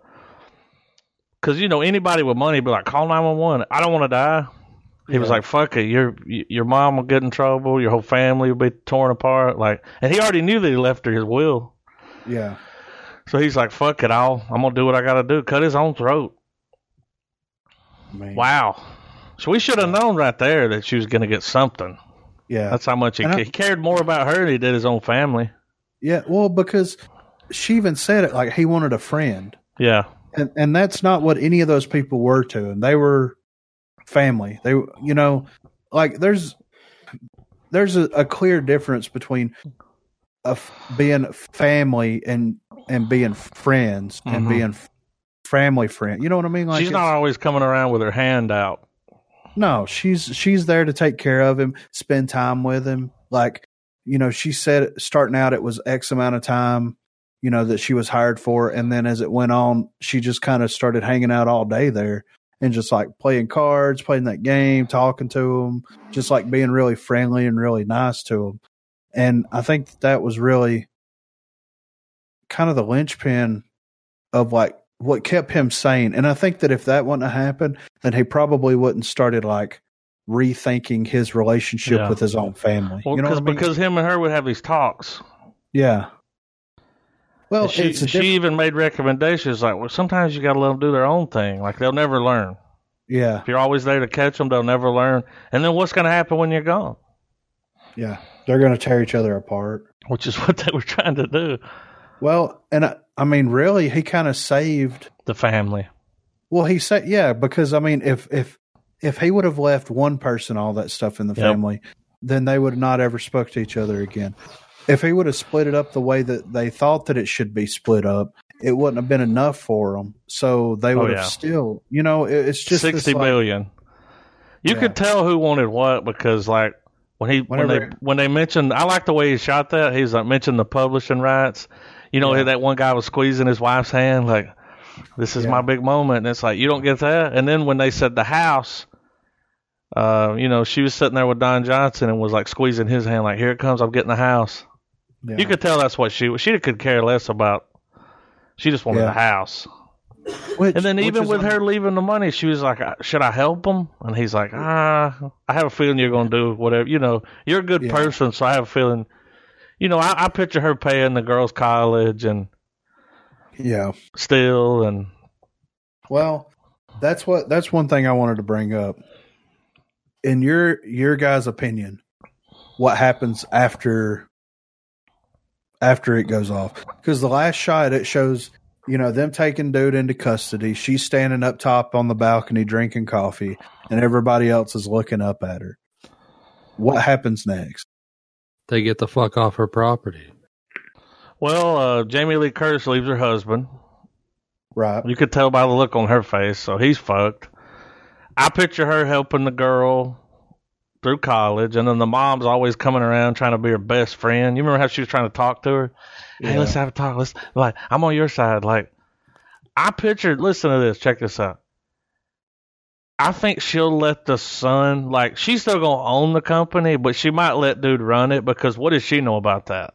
S1: because you know anybody with money be like, call nine one one. I don't want to die. He was
S2: Yeah.
S1: like, fuck it, your your mom will get in trouble, your whole family will be torn apart, like, and he already knew that he left her his will.
S2: Yeah.
S1: So he's like, fuck it, I'll, I'm gonna do what I gotta do, cut his own throat.
S2: Man.
S1: Wow. So we should have known right there that she was going to get something.
S2: Yeah.
S1: That's how much he,
S2: And I-
S1: ca- he cared more about her than he did his own family.
S2: yeah. Well, because she even said it like he wanted a friend.
S1: Yeah.
S2: and and that's not what any of those people were to him. They were family. They were- you know, like there's there's a, a clear difference between a f- being family and and being friends and
S1: Mhm.
S2: being f- family friend. You know what I mean? Like
S1: She's not
S2: it's-
S1: always coming around with her hand out.
S2: no, she's she's there to take care of him, spend time with him. Like, you know, she said starting out it was X amount of time, you know, that she was hired for, and then as it went on, she just kind of started hanging out all day there and just like playing cards, playing that game, talking to him, just like being really friendly and really nice to him. And I think that, that was really kind of the linchpin of like what kept him sane. And I think that if that wouldn't have happened then he probably wouldn't started like rethinking his relationship
S1: Yeah.
S2: with his own family.
S1: Well,
S2: you know, what
S1: cause,
S2: I mean?
S1: because him and her would have these talks.
S2: yeah. Well,
S1: And she,
S2: it's a
S1: she
S2: diff-
S1: even made recommendations like, well, sometimes you got to let them do their own thing. Like, they'll never learn.
S2: yeah,
S1: If you're always there to catch them, they'll never learn. And then what's going to happen when you're gone?
S2: yeah. They're going to tear each other apart.
S1: Which is what they were trying to do.
S2: Well, and I, I mean, really, he kind of saved.
S1: The family.
S2: Well, he said, yeah, because I mean, if if if he would have left one person all that stuff in the
S1: Yep.
S2: family, then they would have not ever spoke to each other again. If he would have split it up the way that they thought that it should be split up, it wouldn't have been enough for them. So they
S1: Oh,
S2: would
S1: yeah.
S2: have still, you know, it, it's just this,
S1: sixty
S2: like-
S1: million. You
S2: Yeah.
S1: could tell who wanted what because like when he when
S2: Whenever-
S1: they when they mentioned I like the way he shot that, he's like mentioned the publishing rights. You know,
S2: Yeah.
S1: that one guy was squeezing his wife's hand like This is
S2: Yeah.
S1: my big moment. And it's like, you don't get that. And then when they said the house, uh, you know, she was sitting there with Don Johnson and was like squeezing his hand, like, here it comes, I'm getting the house.
S2: Yeah.
S1: You could tell that's what she was. She could care less about. She just wanted
S2: Yeah.
S1: the house.
S2: Which-
S1: And then
S2: which
S1: even
S2: is
S1: with
S2: un-
S1: her leaving the money, she was like, "Uh, "Should I help him?" And he's like, "Ah, I have a feeling you're going to do whatever. You know, you're a good
S2: Yeah.
S1: person, so I have a feeling." You know, I, I picture her paying the girls' college and
S2: yeah.
S1: still, and
S2: Well, that's what that's one thing I wanted to bring up. In your your guys' opinion, what happens after after it goes off? Because the last shot it shows, you know, them taking dude into custody. She's standing up top on the balcony drinking coffee, and everybody else is looking up at her. What happens next?
S3: They get the fuck off her property.
S1: well, uh, Jamie Lee Curtis leaves her husband.
S2: Right.
S1: You could tell by the look on her face, so he's fucked. I picture her helping the girl through college, and then the mom's always coming around trying to be her best friend. You remember how she was trying to talk to her? Hey,
S2: Yeah.
S1: let's have a talk. Let's like I'm on your side. Like I pictured. Listen to this. Check this out. I think she'll let the son like she's still gonna own the company, but she might let dude run it because what does she know about that?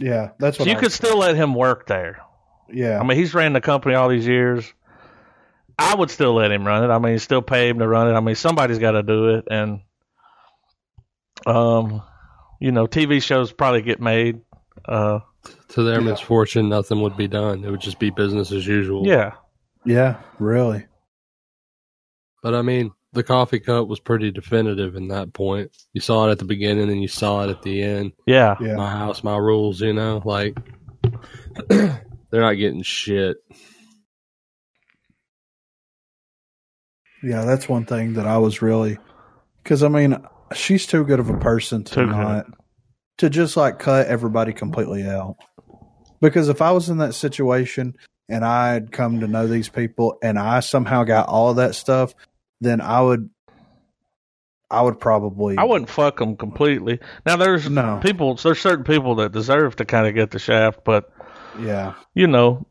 S2: Yeah. That's what
S1: you
S2: I-
S1: could still let him work there.
S2: Yeah.
S1: I mean, he's ran the company all these years. I would still let him run it. I mean, still pay him to run it. I mean, somebody's got to do it, and um, you know, TV shows probably get made. Uh,
S3: To their
S2: Yeah.
S3: misfortune, nothing would be done. It would just be business as usual.
S1: yeah,
S2: yeah. Really.
S3: But I mean, the coffee cup was pretty definitive in that point. You saw it at the beginning and you saw it at the end.
S1: yeah,
S2: Yeah.
S3: My house, my rules, you know, like they're not getting shit.
S2: Yeah, that's one thing that I was really because I mean she's too good of a person to
S1: Too good.
S2: not to just like cut everybody completely out. Because if I was in that situation and I had come to know these people and I somehow got all of that stuff, then I would, I would probably
S1: I wouldn't fuck them completely. Now, there's
S2: No.
S1: people. There's certain people that deserve to kind of get the shaft, but
S2: Yeah,
S1: you know,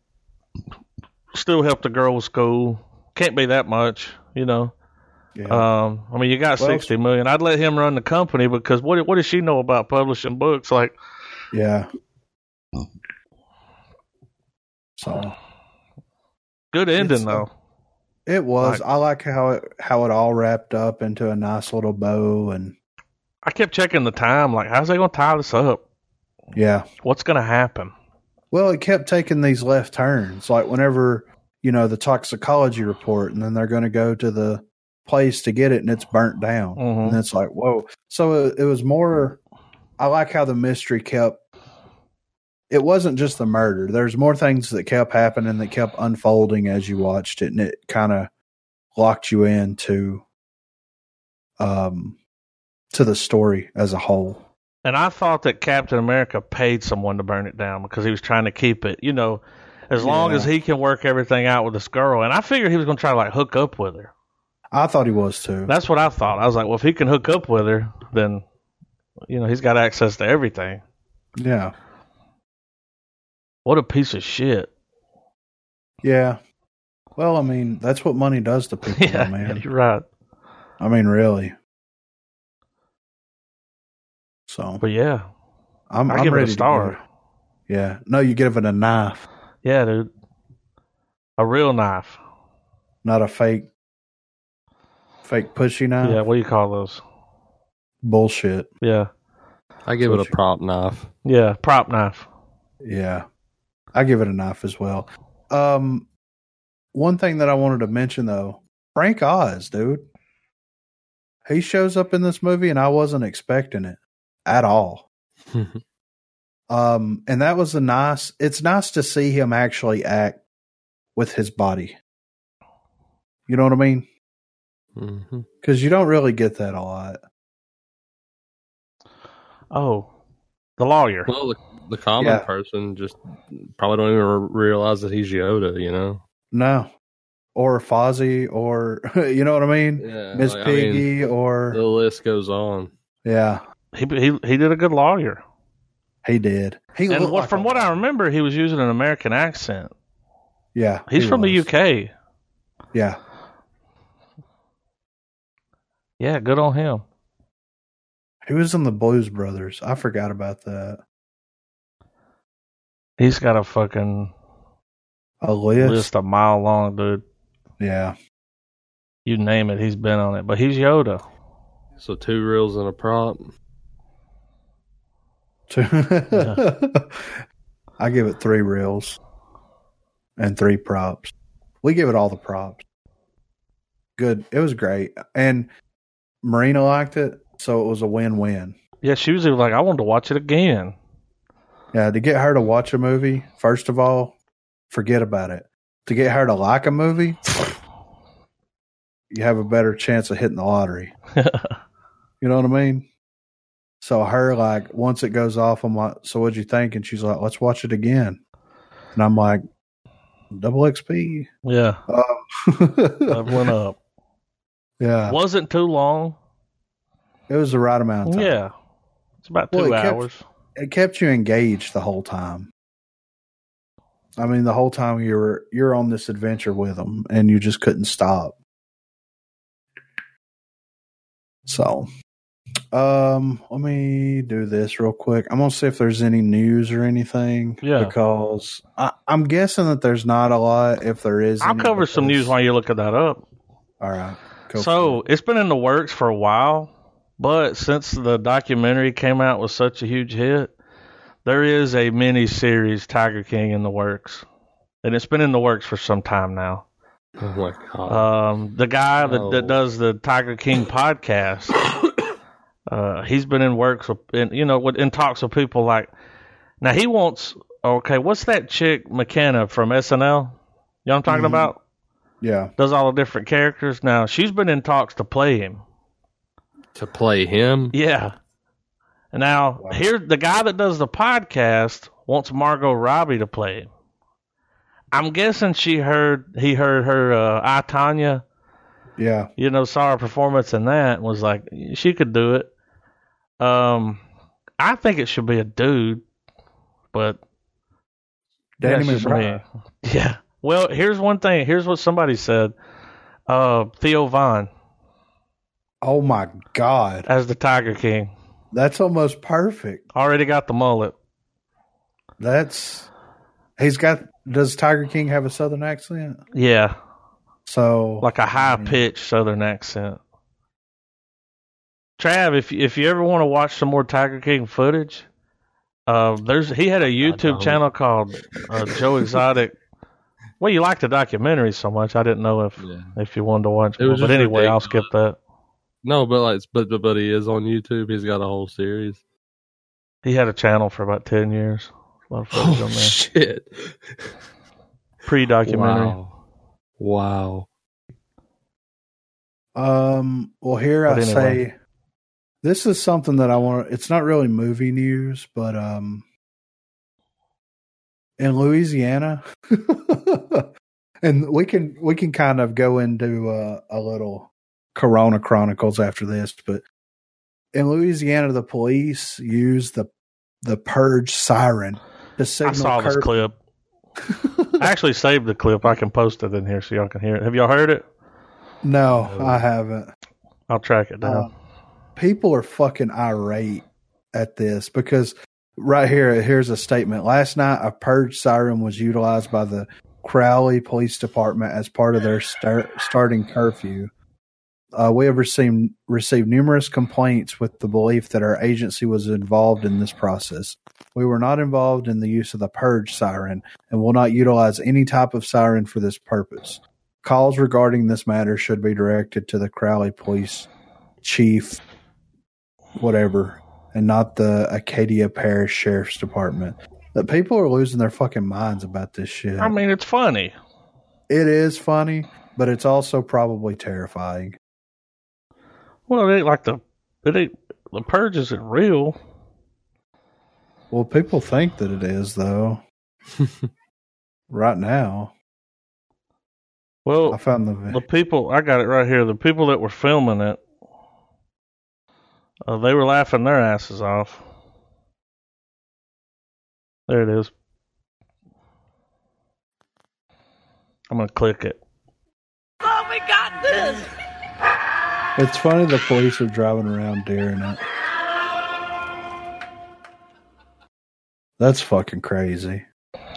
S1: still help the girl with school. Can't be that much, you know.
S2: yeah,
S1: Um, I mean, you got
S2: Well,
S1: sixty million. I'd let him run the company because what what does she know about publishing books? Like,
S2: yeah. So
S1: good ending
S2: It's-
S1: though.
S2: it was.
S1: Like-
S2: I like how it how it all wrapped up into a nice little bow, and
S1: I kept checking the time. Like, how's they gonna tie this up?
S2: yeah,
S1: What's gonna happen?
S2: Well, it kept taking these left turns. Like whenever, you know, the toxicology report, and then they're going to go to the place to get it, and it's burnt down.
S1: Mhm.
S2: And it's like, whoa. So uh, it, it was more, I like how the mystery kept, it wasn't just the murder. There's more things that kept happening that kept unfolding as you watched it, and it kind of locked you into, um, to the story as a whole.
S1: And I thought that Captain America paid someone to burn it down because he was trying to keep it. You know, as long
S2: Yeah.
S1: as he can work everything out with this girl. And I figured he was gonna try to like hook up with her.
S2: I thought he was too.
S1: That's what I thought. I was like, well, if he can hook up with her, then you know he's got access to everything.
S2: yeah.
S1: What a piece of shit.
S2: Yeah. Well, I mean, that's what money does to people,
S1: yeah,
S2: man.
S1: you're right.
S2: I mean, really. So
S1: But yeah,
S2: I'm,
S1: I
S2: I'm
S1: give it
S2: ready
S1: a
S2: to
S1: star.
S2: give it- Yeah. No, you give it a knife,
S1: Yeah, dude. A real knife.
S2: not a fake, fake pushy knife.
S1: yeah, what do you call those?
S2: Bullshit.
S1: Yeah.
S3: I give it a
S2: Which-
S3: prop knife.
S1: Yeah, prop knife.
S2: Yeah. I give it a knife as well. Um, one thing that I wanted to mention though, Frank Oz, dude. He shows up in this movie and I wasn't expecting it at all. Um, and that was a nice. It's nice to see him actually act with his body. You know what I mean?
S3: Mhm.
S2: Because you don't really get that a lot.
S1: Oh. The lawyer.
S3: Well, the, the common
S2: Yeah.
S3: person just probably don't even r- realize that he's Yoda, you know?
S2: No, or Fozzie, or you know what I mean?
S3: Yeah.
S2: Miss
S3: like, I mean,
S2: Piggy, or
S3: the list goes on.
S2: yeah,
S1: He he he did a good lawyer.
S2: he did. He
S1: And
S2: looked
S1: what,
S2: like
S1: from
S2: a-
S1: what I remember, he was using an American accent.
S2: Yeah,
S1: He's
S2: he
S1: from
S2: was.
S1: the UK.
S2: Yeah,
S1: Yeah, good on him.
S2: he was in the Blues Brothers. I forgot about that.
S1: He's got a fucking
S2: A list.
S1: list a mile long, dude.
S2: Oh, Yeah,
S1: You name it, he's been on it. But he's Yoda.
S3: So two reels and a prop.
S2: I give it three reels and three props. We give it all the props. Good. It was great, and Marina liked it, so it was a win-win.
S1: Yeah, she was even like, I wanted to watch it again.
S2: Yeah, to get her to watch a movie, first of all, forget about it. To get her to like a movie, you have a better chance of hitting the lottery. You know what I mean? So her like once it goes off, I'm like, so what'd you think? And she's like, let's watch it again. And I'm like, double XP.
S1: yeah, that
S2: Um,
S1: went up.
S2: yeah,
S1: Wasn't too long.
S2: it was the right amount of time.
S1: Yeah, it's about
S2: Well,
S1: two
S2: it kept-
S1: hours.
S2: it kept you engaged the whole time. I mean, the whole time you were you're on this adventure with them, and you just couldn't stop. So, um, let me do this real quick. I'm gonna see if there's any news or anything.
S1: Yeah.
S2: because I, I'm guessing that there's not a lot. If there is,
S1: I'll
S2: any,
S1: cover some
S2: because-
S1: news while you're looking that up.
S2: All right. go
S1: so
S2: for it.
S1: it's been in the works for a while, but since the documentary came out with such a huge hit, there is a mini series Tiger King in the works, and it's been in the works for some time now.
S3: Oh my god.
S1: Um, the guy that,
S3: Oh.
S1: that does the Tiger King podcast, uh, he's been in works with, in, you know, with, in talks with people like. Now he wants. Okay, what's that chick McKenna from SNL? You know what I'm talking
S2: Mhm.
S1: about?
S2: yeah,
S1: Does all the different characters. Now she's been in talks to play him.
S3: to play him.
S1: Yeah. And now
S2: Wow.
S1: here, the guy that does the podcast wants Margot Robbie to play him. I'm guessing she heard he heard her uh, I Tanya
S2: yeah,
S1: you know, saw her performance in that and was like, she could do it. Um, I think it should be a dude, but
S2: Danny
S1: that's just
S2: McBride.
S1: me. Yeah. Well, here's one thing. Here's what somebody said. Uh, Theo Vaughn
S2: Oh my God,
S1: as the Tiger King
S2: that's almost perfect.
S1: already got the mullet.
S2: That's he's got. Does Tiger King have a southern accent?
S1: Yeah,
S2: So
S1: like
S3: Oh,
S1: a high pitched Southern accent. Trav, if if you ever want to watch some more Tiger King footage, uh, there's he had a YouTube
S3: don't.
S1: channel called uh, Joe Exotic. Well, you like the documentary so much, I didn't know if
S3: Yeah.
S1: if you wanted to watch
S3: Mm. It
S1: more.
S3: was
S1: But
S3: just
S1: anyway, I'll skip that.
S3: No, but like, but but- but he is on YouTube. He's got a whole series.
S1: He had a channel for about ten years. A lot of
S3: Oh,
S1: footage
S2: Oh,
S1: on there.
S3: shit!
S1: Pre-documentary.
S3: Wow. Wow.
S2: um. Well, here
S1: But
S2: I
S1: anyway.
S2: say this is something that I want. It's not really movie news, but um, in Louisiana, and we can we can kind of go into uh, a little Corona Chronicles after this, but in Louisiana, the police use the the purge siren to
S1: I
S2: signal
S1: saw this
S2: curfew.
S1: clip. I actually saved the clip. I can post it in here so y'all can hear it. Have y'all heard it?
S2: No,
S3: No.
S2: I haven't.
S1: I'll track it down.
S2: Uh, people are fucking irate at this because right here, here's a statement. Last night, a purge siren was utilized by the Crowley Police Department as part of their star- starting curfew. Uh, we have received, received numerous complaints with the belief that our agency was involved in this process. We were not involved in the use of the purge siren and will not utilize any type of siren for this purpose. Calls regarding this matter should be directed to the Crowley Police Chief, whatever, and not the Acadia Parish Sheriff's Department. The people are losing their fucking minds about this shit.
S1: I mean, it's funny.
S2: It is funny, but it's also probably terrifying.
S1: Well, it ain't like the it ain't the purge isn't real.
S2: Well, people think that it is though. right now, I
S1: Well,
S2: found
S1: the
S2: the
S1: people I got it right here. The people that were filming it, uh, they were laughing their asses off. There it is. I'm gonna click it.
S4: Oh, we got this.
S2: It's funny the police are driving around daring it. That's fucking crazy.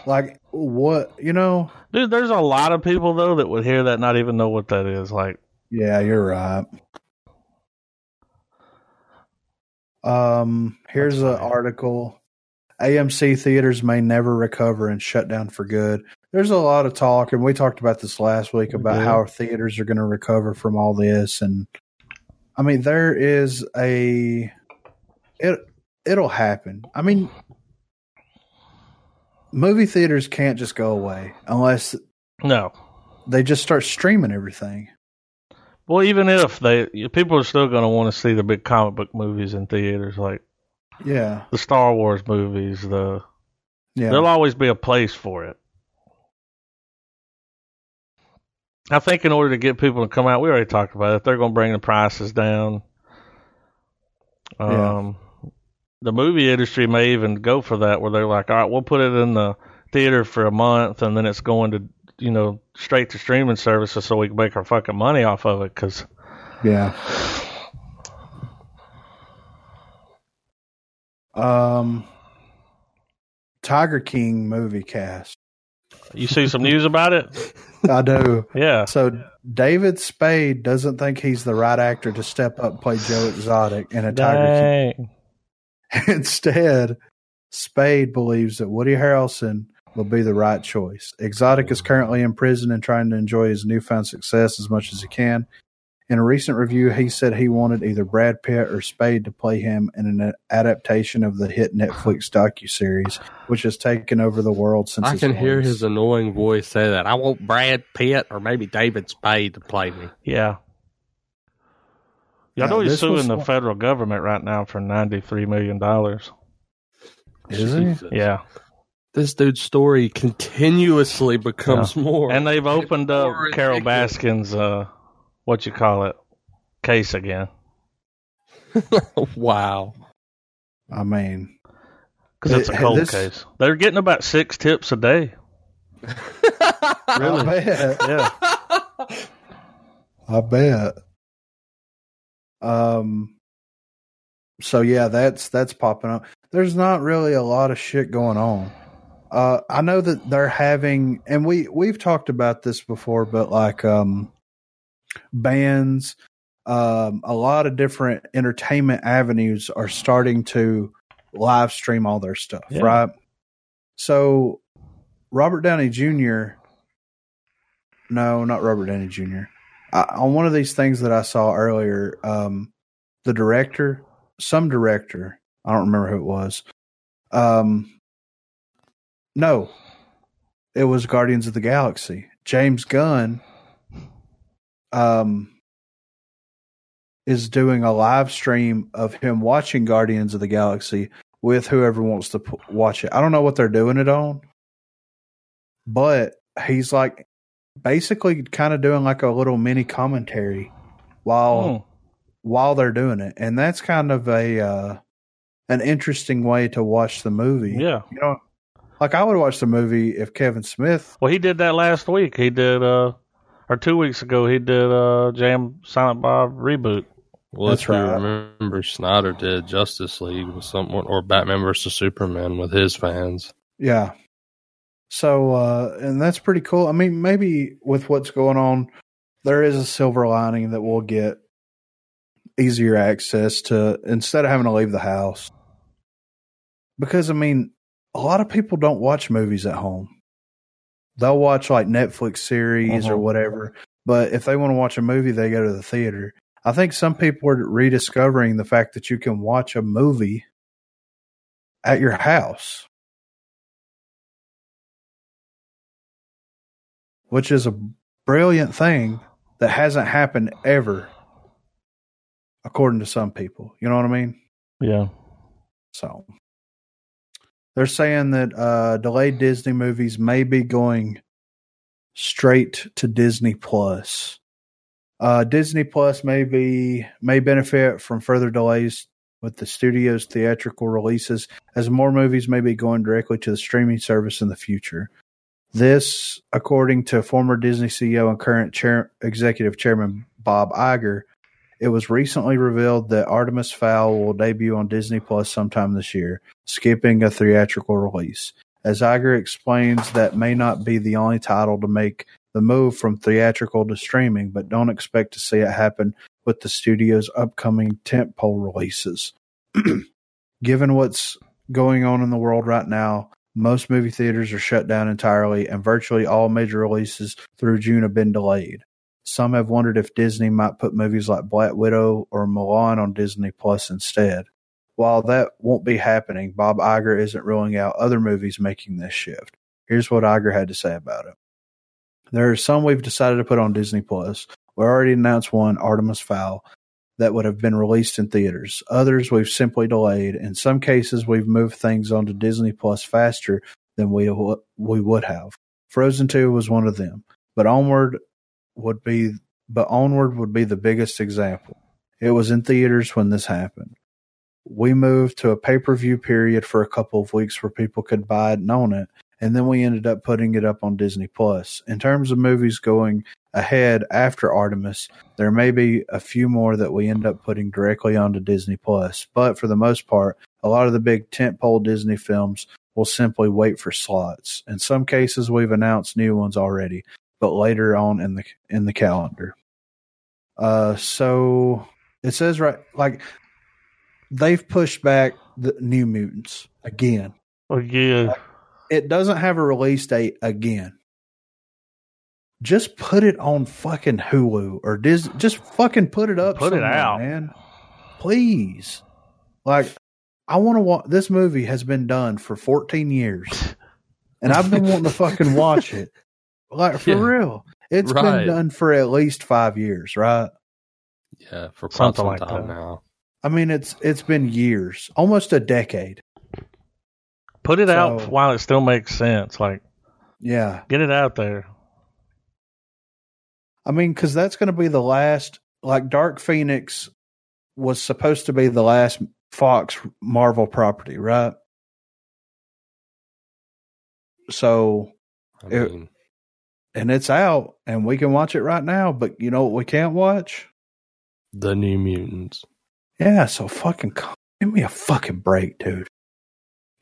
S2: Like what you know?
S1: Dude, there's a lot of people though that would hear that not even know what that is. Like,
S2: Yeah, you're right. Um, here's an
S1: That's funny.
S2: article. AMC theaters may never recover and shut down for good. There's a lot of talk, and we talked about this last week
S1: We
S2: about
S1: did.
S2: how our theaters are going to recover from all this. And I mean, there is a it it'll happen. I mean, movie theaters can't just go away unless
S1: no.
S2: they just start streaming everything.
S1: Well, even if they, people are still gonna want to see the big comic book movies in theaters, like
S2: Yeah,
S1: the Star Wars movies. The
S2: yeah.
S1: there'll always be a place for it. I think in order to get people to come out, we already talked about it. They're gonna bring the prices down.
S2: Yeah.
S1: Um, the movie industry may even go for that, where they're like, all right, we'll put it in the theater for a month, and then it's going to you know straight to streaming services, so we can make our fucking money off of it, because.
S2: Yeah. Um, Tiger King movie cast.
S1: You see some news about it?
S2: I do.
S1: Yeah.
S2: So David Spade doesn't think he's the right actor to step up and play Joe Exotic in a Tiger
S1: Dang.
S2: King. Instead, Spade believes that Woody Harrelson will be the right choice. Exotic is currently in prison and trying to enjoy his newfound success as much as he can. In a recent review, he said he wanted either Brad Pitt or Spade to play him in an adaptation of the hit Netflix docuseries, which has taken over the world since.
S3: I
S2: its
S3: can hear
S2: release.
S3: his uh, annoying voice say that. I want Brad Pitt or maybe David Spade to play me.
S1: Yeah. Y'all
S2: Yeah,
S1: know he's
S2: this was
S1: suing the
S2: one-
S1: federal government right now for $93 million.
S2: Is he?
S3: Jesus.
S1: Yeah.
S3: This dude's story continuously becomes more.
S1: And they've opened up
S3: more
S1: Carol
S3: ridiculous.
S1: Baskin's, uh, what you call it, case again.
S3: wow.
S2: I mean,
S1: Because it's a
S2: Hey,
S1: cold
S2: this-
S1: case. They're getting about six tips a day.
S2: I
S1: Really?
S2: bet.
S1: Yeah.
S2: I bet. Um. So yeah, that's that's popping up. There's not really a lot of shit going on. Uh, I know that they're having, and we we've talked about this before, but like um, bands, um, a lot of different entertainment avenues are starting to live stream all their stuff,
S1: Yeah.
S2: right? So Robert Downey Jr. No, not Robert Downey Jr. I, on one of these things that I saw earlier, um, the director, some director, I don't remember who it was. Um, no, it was Guardians of the Galaxy. James Gunn, um, is doing a live stream of him watching Guardians of the Galaxy with whoever wants to p- watch it. I don't know what they're doing it on, but he's like basically kind of doing like a little mini commentary while
S1: Hmm.
S2: while they're doing it, and that's kind of a uh, an interesting way to watch the movie.
S1: Mm. Yeah.
S2: You know, like I would watch the movie if Kevin Smith.
S1: Well, he did that last week. He did, uh, or two weeks ago, he did uh, Jam Silent Bob reboot.
S3: Well,
S2: That's
S3: if you
S2: right.
S3: remember, Snyder did Justice League with someone, or Batman versus Superman with his fans.
S2: Yeah. So, uh, and that's pretty cool. I mean, maybe with what's going on, there is a silver lining that we'll get easier access to instead of having to leave the house. Because, I mean, a lot of people don't watch movies at home. They'll watch like Netflix series or
S1: Mhm.
S2: whatever. But if they want to watch a movie, they go to the theater. I think some people are rediscovering the fact that you can watch a movie at your house, which is a brilliant thing that hasn't happened ever, according to some people. You know what I mean?
S1: Yeah.
S2: So they're saying that uh, delayed Disney movies may be going straight to Disney Plus. Uh, Disney Plus may be may benefit from further delays with the studio's theatrical releases, as more movies may be going directly to the streaming service in the future. This, according to former Disney CEO and current chair, executive chairman Bob Iger, it was recently revealed that Artemis Fowl will debut on Disney Plus sometime this year, skipping a theatrical release. As Iger explains, that may not be the only title to make the move from theatrical to streaming, but don't expect to see it happen with the studio's upcoming tentpole releases. Given what's going on in the world right now, most movie theaters are shut down entirely, and virtually all major releases through June have been delayed. Some have wondered if Disney might put movies like Black Widow or Milan on Disney Plus instead. While that won't be happening, Bob Iger isn't ruling out other movies making this shift. Here's what Iger had to say about it. There are some we've decided to put on Disney Plus. We already announced one, Artemis Fowl, that would have been released in theaters. Others we've simply delayed. In some cases, we've moved things onto Disney Plus faster than we w- we would have. Frozen Two was one of them, but Onward would be but Onward would be the biggest example. It was in theaters when this happened. We moved to a pay per view period for a couple of weeks where people could buy it and own it, and then we ended up putting it up on Disney Plus. In terms of movies going ahead after Artemis, there may be a few more that we end up putting directly onto Disney Plus, but for the most part, a lot of the big tentpole Disney films will simply wait for slots. In some cases, we've announced new ones already, but later on in the in the calendar. Uh, so it says right like they've pushed back the New Mutants again.
S1: Again,
S2: It doesn't have a release date again. Just put it on fucking Hulu or Disney. Just fucking put it up.
S1: Put it
S2: somewhere,
S1: out.
S2: man. Please, like I want to watch. This movie has been done for 14 years, and I've been wanting to fucking watch it. Like for
S3: Yeah.
S2: real, it's
S3: Right.
S2: been done for at least five years, right?
S3: Yeah, for quite
S1: Something
S3: some
S1: like
S3: time
S1: that.
S3: now.
S2: I mean, it's it's been years, almost a decade.
S1: put it out
S2: So-
S1: while it still makes sense. Like,
S2: Yeah,
S1: get it out there.
S2: I mean, because that's going to be the last. Like Dark Phoenix was supposed to be the last Fox Marvel property, right? So,
S3: I
S2: It-
S3: mean,
S2: and it's out, and we can watch it right now. But you know what we can't watch?
S3: the New Mutants.
S2: Yeah, so fucking c- give me a fucking break, dude.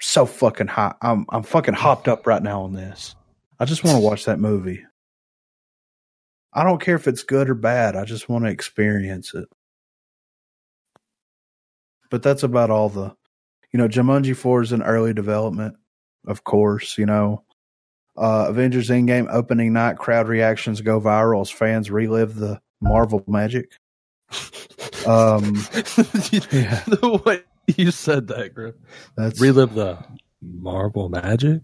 S2: So fucking hot. I'm I'm fucking hopped up right now on this. I just want to watch that movie. I don't care if it's good or bad. I just want to experience it. But that's about all the, you know, Jumanji Four is in early development, of course. You know, uh, Avengers Endgame opening night crowd reactions go viral as fans relive the Marvel magic. Um, yeah.
S3: the way you said that, Griff.
S2: That's
S3: Relive the Marble Magic.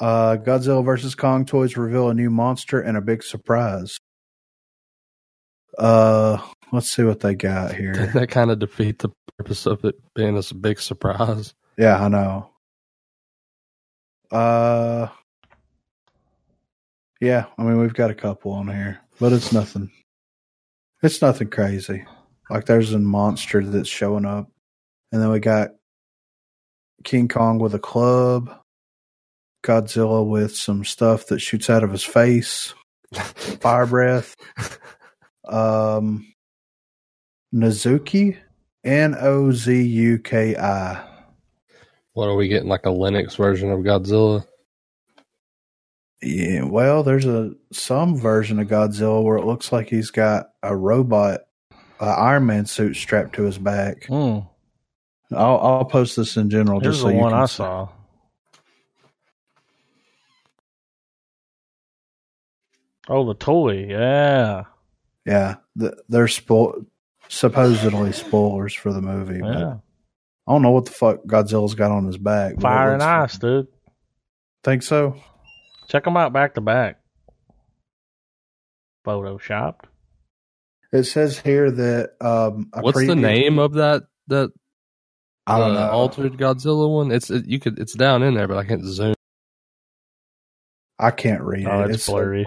S2: Uh, Godzilla vs. Kong toys reveal a new monster and a big surprise. Uh, let's see what they got here.
S3: that kind of defeat the purpose of it being a big surprise.
S2: yeah, I know. Uh, yeah, I mean, we've got a couple on here, but it's nothing. It's nothing crazy. Like, there's a monster that's showing up, and then we got King Kong with a club, Godzilla with some stuff that shoots out of his face. fire breath um nazuki n-o-z-u-k-i
S3: What are we getting? Like a Linux version of Godzilla?
S2: yeah well there's a some version of godzilla where it looks like he's got a robot a iron man suit strapped to his back
S1: Mm,
S2: i'll, I'll post this in general
S1: here's
S2: just so
S1: the
S2: you
S1: one
S2: can
S1: I
S2: see.
S1: saw. Oh, the toy. Yeah.
S2: yeah th- they're spo- supposedly spoilers for the movie but
S1: Yeah.
S2: i don't know what the fuck godzilla's got on his back but it
S1: Fire and
S2: looks-
S1: ice, dude.
S2: think so
S1: Check them out back to back. Photoshopped.
S2: it says here that um a
S3: What's the
S2: preview-
S3: name of that that
S2: I don't
S3: uh,
S2: know.
S3: altered Godzilla one? It's it, you could it's down in there, but I can't zoom.
S2: I can't read
S1: Oh,
S2: it.
S1: it's
S2: so
S1: blurry.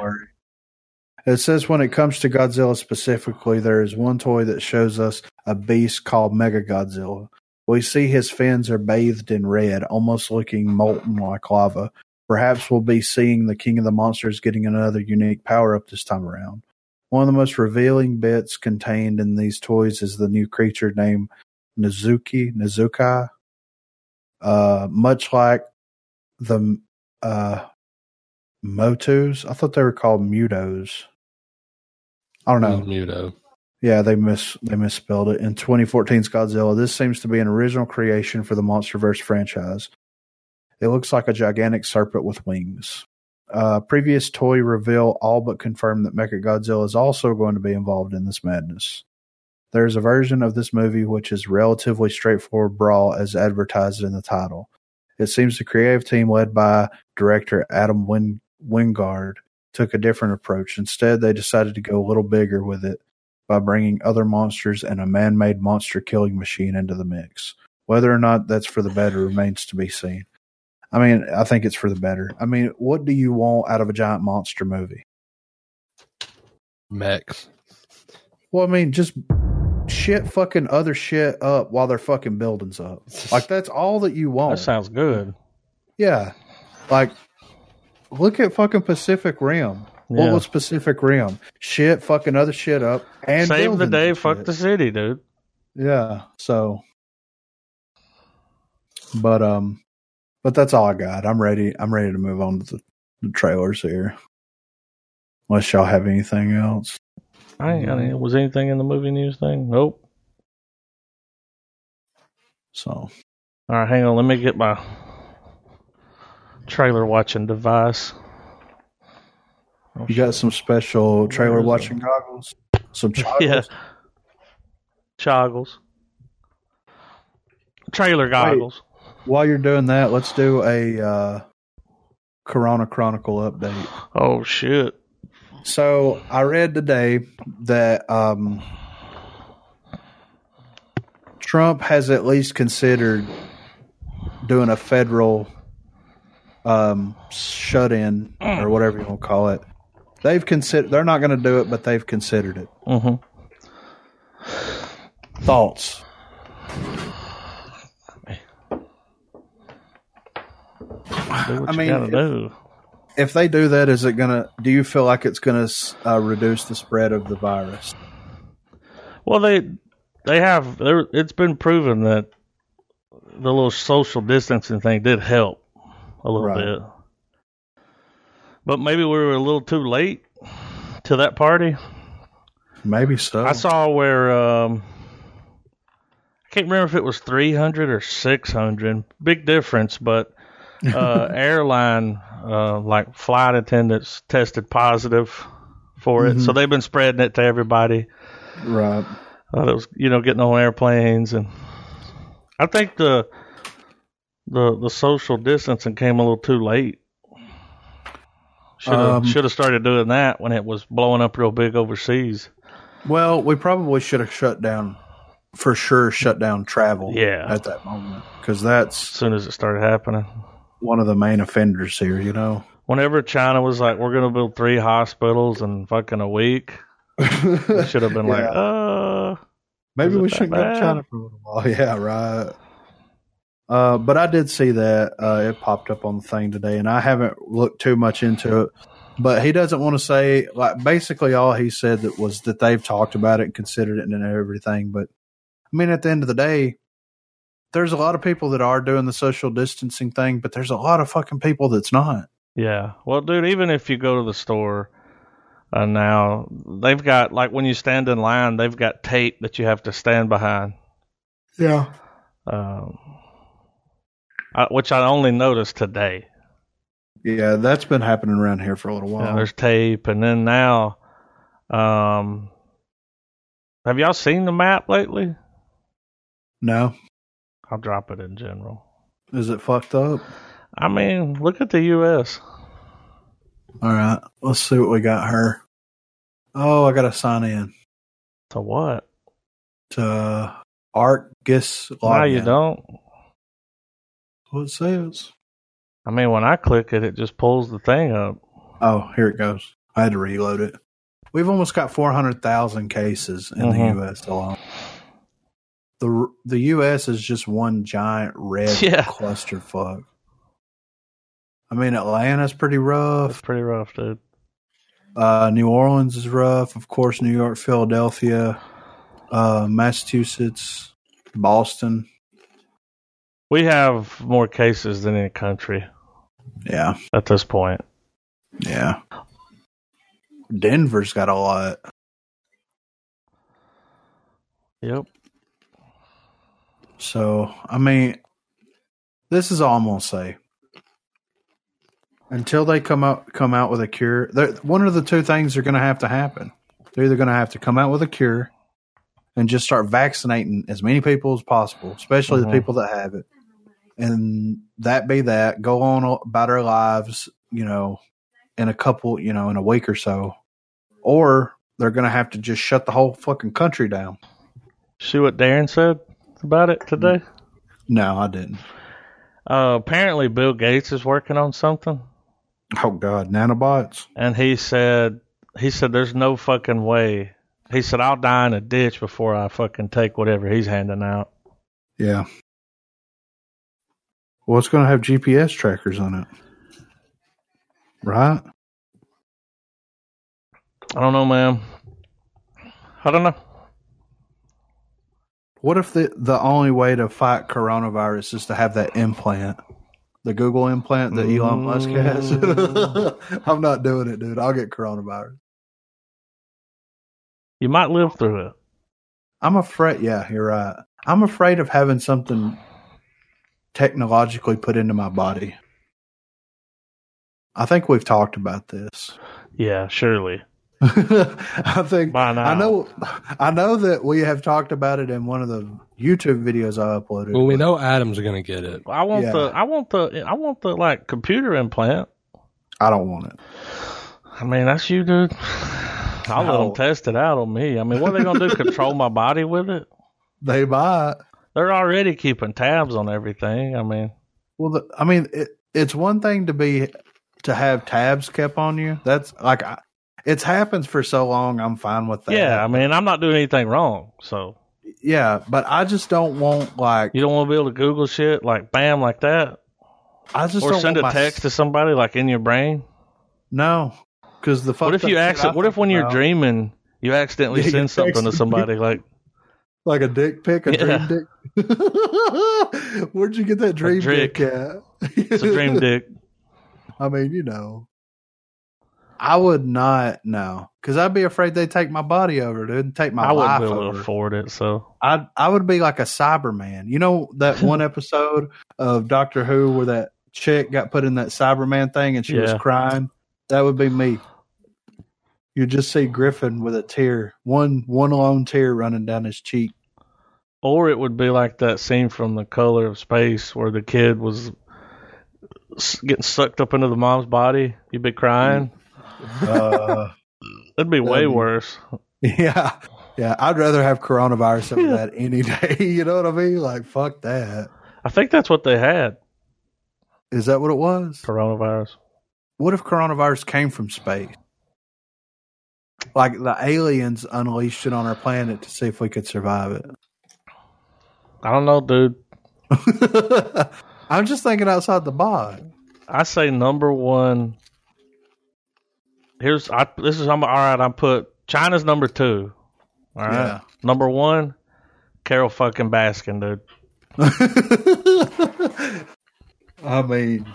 S2: It says when it comes to Godzilla specifically, there is one toy that shows us a beast called Mega Godzilla. We see his fins are bathed in red, almost looking molten like lava. Perhaps we'll be seeing the King of the Monsters getting another unique power up this time around. One of the most revealing bits contained in these toys is the new creature named Nizuki, Nizuka. Uh, much like the uh, Motos, I thought they were called Mutos. I don't know.
S3: Muto.
S2: Yeah, they mis they misspelled it. In 2014's Godzilla, this seems to be an original creation for the MonsterVerse franchise. It looks like a gigantic serpent with wings. Uh, previous toy reveal all but confirmed that Mechagodzilla is also going to be involved in this madness. There is a version of this movie which is relatively straightforward brawl as advertised in the title. It seems the creative team led by director Adam Win- Wingard took a different approach. Instead, they decided to go a little bigger with it by bringing other monsters and a man made monster killing machine into the mix. Whether or not that's for the better remains to be seen. I mean, I think it's for the better. I mean, what do you want out of a giant monster movie?
S3: Mex.
S2: Well, I mean, just shit fucking other shit up while their fucking buildings up. Like, that's all that you want.
S1: That sounds good.
S2: Yeah. Like, look at fucking Pacific Rim.
S1: Yeah.
S2: What was Pacific Rim? Shit, fucking other shit up. And
S1: Save the
S2: building
S1: day,
S2: and
S1: fuck
S2: shit.
S1: the city, dude.
S2: Yeah. So, but um, but that's all I got. I'm ready. I'm ready to move on to the, the trailers here. Unless y'all have anything else.
S1: I ain't got
S2: Mm.
S1: any. Was anything in the movie news thing? Nope.
S2: So
S1: All right, hang on. Let me get my trailer watching device. Oh,
S2: you got some special trailer
S1: is it?
S2: watching goggles. Some goggles.
S1: Yeah. Choggles. Trailer goggles.
S2: While you're doing that, let's do a uh, Corona Chronicle update.
S1: Oh shit.
S2: So I read today that um, Trump has at least considered doing a federal um, shut in or whatever you want to call it. They've considered they're not going to do it, but they've considered it.
S1: hmm
S2: Thoughts?
S1: Do what
S2: I
S1: you
S2: mean,
S1: gotta
S2: if-
S1: do.
S2: If they do that, is it going to? Do you feel like it's going to uh, reduce the spread of the virus?
S1: Well, they they have. There, it's been proven that the little social distancing thing did help a little
S2: Right.
S1: bit. But maybe we were a little too late to that party.
S2: Maybe so.
S1: I saw where um, I can't remember if it was 300 or 600. Big difference, but uh, airline uh, like flight attendants tested positive for it, so they've been spreading it to everybody.
S2: right.
S1: Uh, that was you know getting on airplanes, and I think the the the social distancing came a little too late. Should have
S2: Um,
S1: should have started doing that when it was blowing up real big overseas.
S2: Well, we probably should have shut down for sure, shut down travel
S1: Yeah.
S2: at that moment because
S1: As
S2: that's
S1: soon as it started happening.
S2: one of the main offenders here, you know.
S1: whenever China was like, "We're gonna build three hospitals in fucking a week," it should have been like,
S2: Yeah.
S1: "Uh,
S2: Maybe
S1: is it
S2: we
S1: that
S2: shouldn't go to
S1: bad?
S2: China for a little while. Yeah, right. Uh, but I did see that uh, it popped up on the thing today, and I haven't looked too much into it. But he doesn't want to say like basically all he said that was that they've talked about it and considered it and everything. But I mean, at the end of the day, there's a lot of people that are doing the social distancing thing, but there's a lot of fucking people that's not.
S1: yeah." Well, dude, even if you go to the store uh, now, they've got like when you stand in line, they've got tape that you have to stand behind,
S2: Yeah,
S1: um, I, which I only noticed today.
S2: yeah, that's been happening around here for a little
S1: Yeah,
S2: while.
S1: there's tape, and then now, um, have y'all seen the map lately?
S2: no,
S1: I'll drop it in general.
S2: is it fucked up?
S1: I mean, look at the U.S.
S2: All right, let's see what we got her. Oh, I gotta sign in
S1: To what?
S2: to Argus.
S1: No, you don't.
S2: What it says?
S1: I mean, when I click it, it just pulls the thing up.
S2: Oh, here it goes. I had to reload it. We've almost got four hundred thousand cases in
S1: Mhm.
S2: the U.S. alone. the The U.S. is just one giant red
S1: Yeah.
S2: clusterfuck. I mean, Atlanta's pretty rough.
S1: That's pretty rough, dude.
S2: Uh, New Orleans is rough. Of course, New York, Philadelphia, uh, Massachusetts, Boston.
S1: We have more cases than any country
S2: Yeah.
S1: at this point.
S2: Yeah. Denver's got a lot.
S1: Yep.
S2: So, I mean, this is all I'm going to say. Until they come out come out with a cure, they're- one of the two things are going to have to happen. They're either going to have to come out with a cure and just start vaccinating as many people as possible, especially
S1: Mhm.
S2: the people that have it. And that be that, go on about our lives, you know, in a couple, you know, in a week or so. Or they're going to have to just shut the whole fucking country down.
S1: See what Darren said about it today?
S2: No, I didn't.
S1: Uh, apparently, Bill Gates is working on something,
S2: Oh, God, nanobots.
S1: and he said he said there's no fucking way. He said I'll die in a ditch before I fucking take whatever he's handing out.
S2: Yeah. Well, it's going to have GPS trackers on it, right?
S1: I don't know, man. I don't know.
S2: What if the the only way to fight coronavirus is to have that implant, the Google implant that Elon Musk has? I'm not doing it, dude. I'll get coronavirus.
S1: You might live through it.
S2: I'm afraid. Yeah, you're right. I'm afraid of having something technologically put into my body. I think we've talked about this.
S1: Yeah, surely.
S2: I think
S1: By now.
S2: I know I know that we have talked about it in one of the YouTube videos I uploaded.
S3: Well, we
S2: but-
S3: know Adam's gonna get it.
S1: I want
S2: Yeah.
S1: the I want the I want the like computer implant.
S2: I don't want it.
S1: I mean, that's you, dude. I'll let
S2: No.
S1: them test it out on me. I mean, what are they gonna do? Control my body with it?
S2: They buy. it.
S1: They're already keeping tabs on everything. I mean,
S2: Well, the, I mean, it, it's one thing to be to have tabs kept on you. That's like I, it's happens for so long. I'm fine with that.
S1: yeah. I mean, I'm not doing anything wrong, so
S2: yeah, but I just don't want like
S1: you don't want to be able to Google shit like bam like that,
S2: I just
S1: or
S2: don't
S1: send a
S2: want my-
S1: text to somebody like in your brain.
S2: No, because the
S1: What
S2: fucked
S1: if you
S2: up shit I
S1: accident? What if
S2: think
S1: when you're
S2: about,
S1: dreaming you accidentally
S2: Yeah, you
S1: send something to
S2: text-
S1: somebody like
S2: like a dick pic, a
S1: Yeah.
S2: dream dick? Where'd you get that dream
S1: dick.
S2: dick at?
S1: it's a dream dick?
S2: I mean, you know, I would not know because I'd be afraid they'd take my body over, dude, and take my
S1: I wouldn't
S2: life
S1: be able to
S2: over.
S1: afford it, so
S2: I I would be like a Cyberman. You know that one episode of Doctor Who where that chick got put in that Cyberman thing and she was
S1: Yeah.
S2: crying. That would be me. You just see Griffin with a tear, one one lone tear running down his cheek.
S1: Or it would be like that scene from The Color of Space where the kid was s- getting sucked up into the mom's body. You'd be crying.
S2: Uh,
S1: That'd be way
S2: That'd be-
S1: worse.
S2: yeah, yeah. I'd rather have coronavirus over that any day. You know what I mean? Like fuck that.
S1: I think that's what they had
S2: Is that what it was?
S1: coronavirus.
S2: What if coronavirus came from space? Like the aliens unleashed it on our planet to see if we could survive
S1: I don't know, dude.
S2: it. I'm just thinking outside the box.
S1: I say number one. Here's I, this is I'm all right. I put China's number two. All right,
S2: Yeah.
S1: number one, Carol fucking Baskin, dude.
S2: I mean,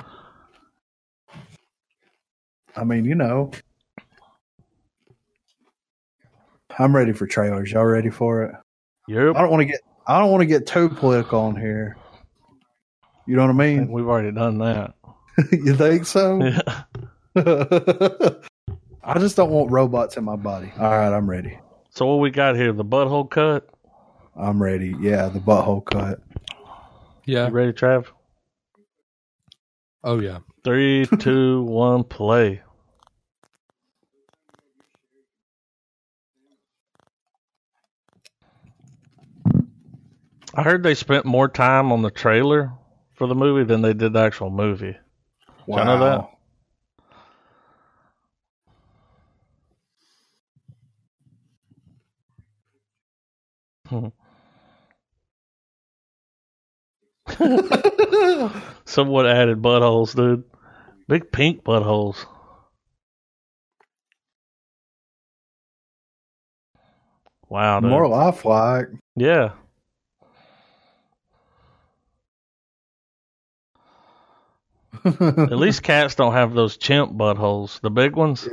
S2: I mean, you know, I'm ready for trailers. Y'all ready for it?
S1: Europe.
S2: I don't want to get I don't want to get too political on here. You know what I
S1: I
S2: mean?
S1: think we've already done that.
S2: you think so?
S1: Yeah.
S2: I just don't want robots in my body. All right, I'm ready.
S1: So what we got here? The butthole cut.
S2: I'm ready. Yeah, the butthole cut.
S3: Yeah.
S1: You ready, Trav?
S3: Oh yeah.
S1: Three, two, one, play. I heard they spent more time on the trailer for the movie than they did the actual movie. I know that? Someone added buttholes, dude. Big pink buttholes. Wow. dude.
S2: More lifelike.
S1: Yeah. At least cats don't have those chimp buttholes. The big ones.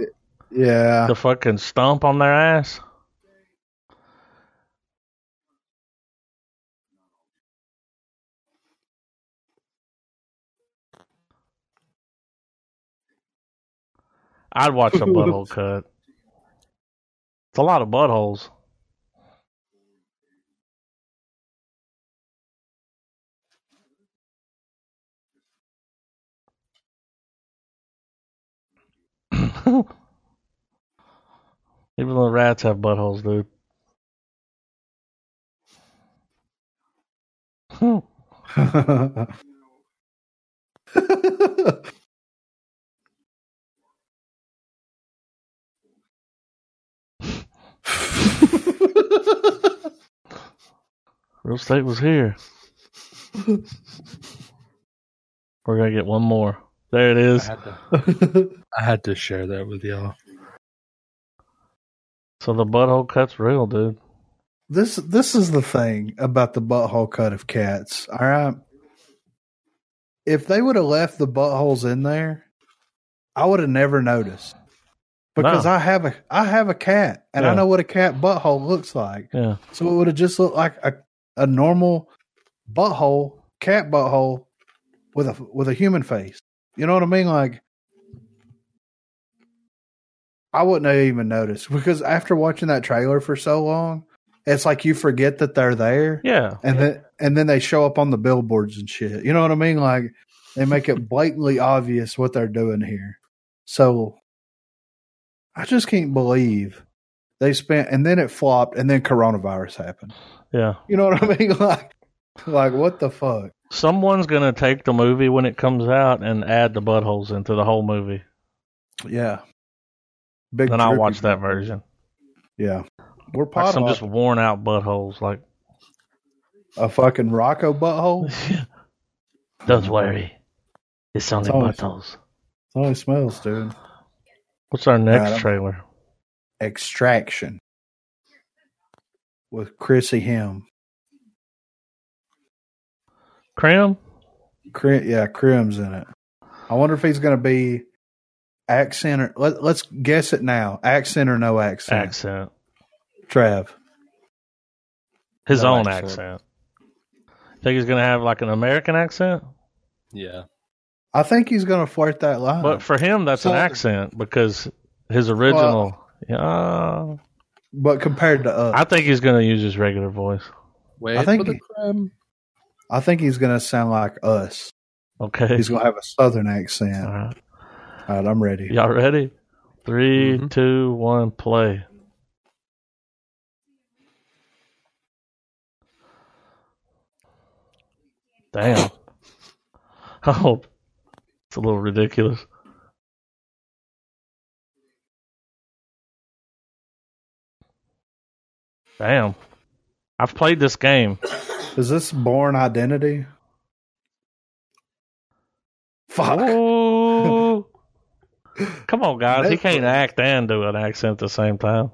S2: yeah.
S1: The fucking stump on their ass. I'd watch a butthole cut. It's a lot of buttholes. Even though rats have buttholes, dude. Real estate was here. We're gonna get one more. There it
S3: I
S1: is.
S3: had, to, I had to share that with y'all.
S1: So the butthole cut's real, dude.
S2: this this is the thing about the butthole cut of cats. All right. If they would have left the buttholes in there, I would have never noticed. Because
S1: No.
S2: I have a I have a cat and I
S1: Yeah.
S2: know what a cat butthole looks like.
S1: Yeah.
S2: So it would have just looked like a, a normal butthole, cat butthole with a with a human face. You know what I mean? Like I wouldn't have even noticed because after watching that trailer for so long, it's like you forget that they're there.
S1: Yeah.
S2: And then and then they show up on the billboards and shit. You know what I mean? Like they make it blatantly obvious what they're doing here. So I just can't believe they spent and then it flopped and then coronavirus happened.
S1: Yeah.
S2: You know what I mean? Like like what the fuck?
S1: Someone's gonna take the movie when it comes out and add the buttholes into the whole movie.
S2: Yeah. Big
S1: then I'll
S2: trippy-
S1: watch that version.
S2: Yeah. We're
S1: Like some
S2: potting
S1: just worn out buttholes. Like,
S2: a fucking Rocco butthole.
S1: don't worry, it's only
S2: It's always-
S1: buttholes.
S2: That's how Oh, it smells, dude.
S1: What's our next
S2: Adam.
S1: trailer?
S2: Extraction with Chrissy Him.
S1: Crim?
S2: Cri- yeah, Crim's in it. I wonder if he's going to be accent or let, let's guess it now. Accent or no accent?
S1: Accent.
S2: Trav.
S1: His
S3: No
S1: own
S3: accent.
S1: accent. Think he's gonna have like an American accent?
S3: Yeah.
S2: I think he's going to flirt that line.
S1: But for him, that's an
S2: Uh, So-
S1: accent because his original. yeah,
S2: but compared to us,
S1: I think he's gonna use his regular voice.
S3: Wait
S2: I think-
S3: for the crime.
S2: I think he's going to sound like us.
S1: Okay.
S2: He's going to have a southern
S1: All
S2: accent.
S1: right.
S2: All right, I'm ready.
S1: Y'all ready? Three, two, one,
S3: Mhm.
S1: play. Damn. Oh, it's a little ridiculous. Damn. I've played this game.
S2: Is this Born Identity? Fuck.
S1: Ooh. Come on, guys. He
S2: That's-
S1: can't act and do an accent at the same time.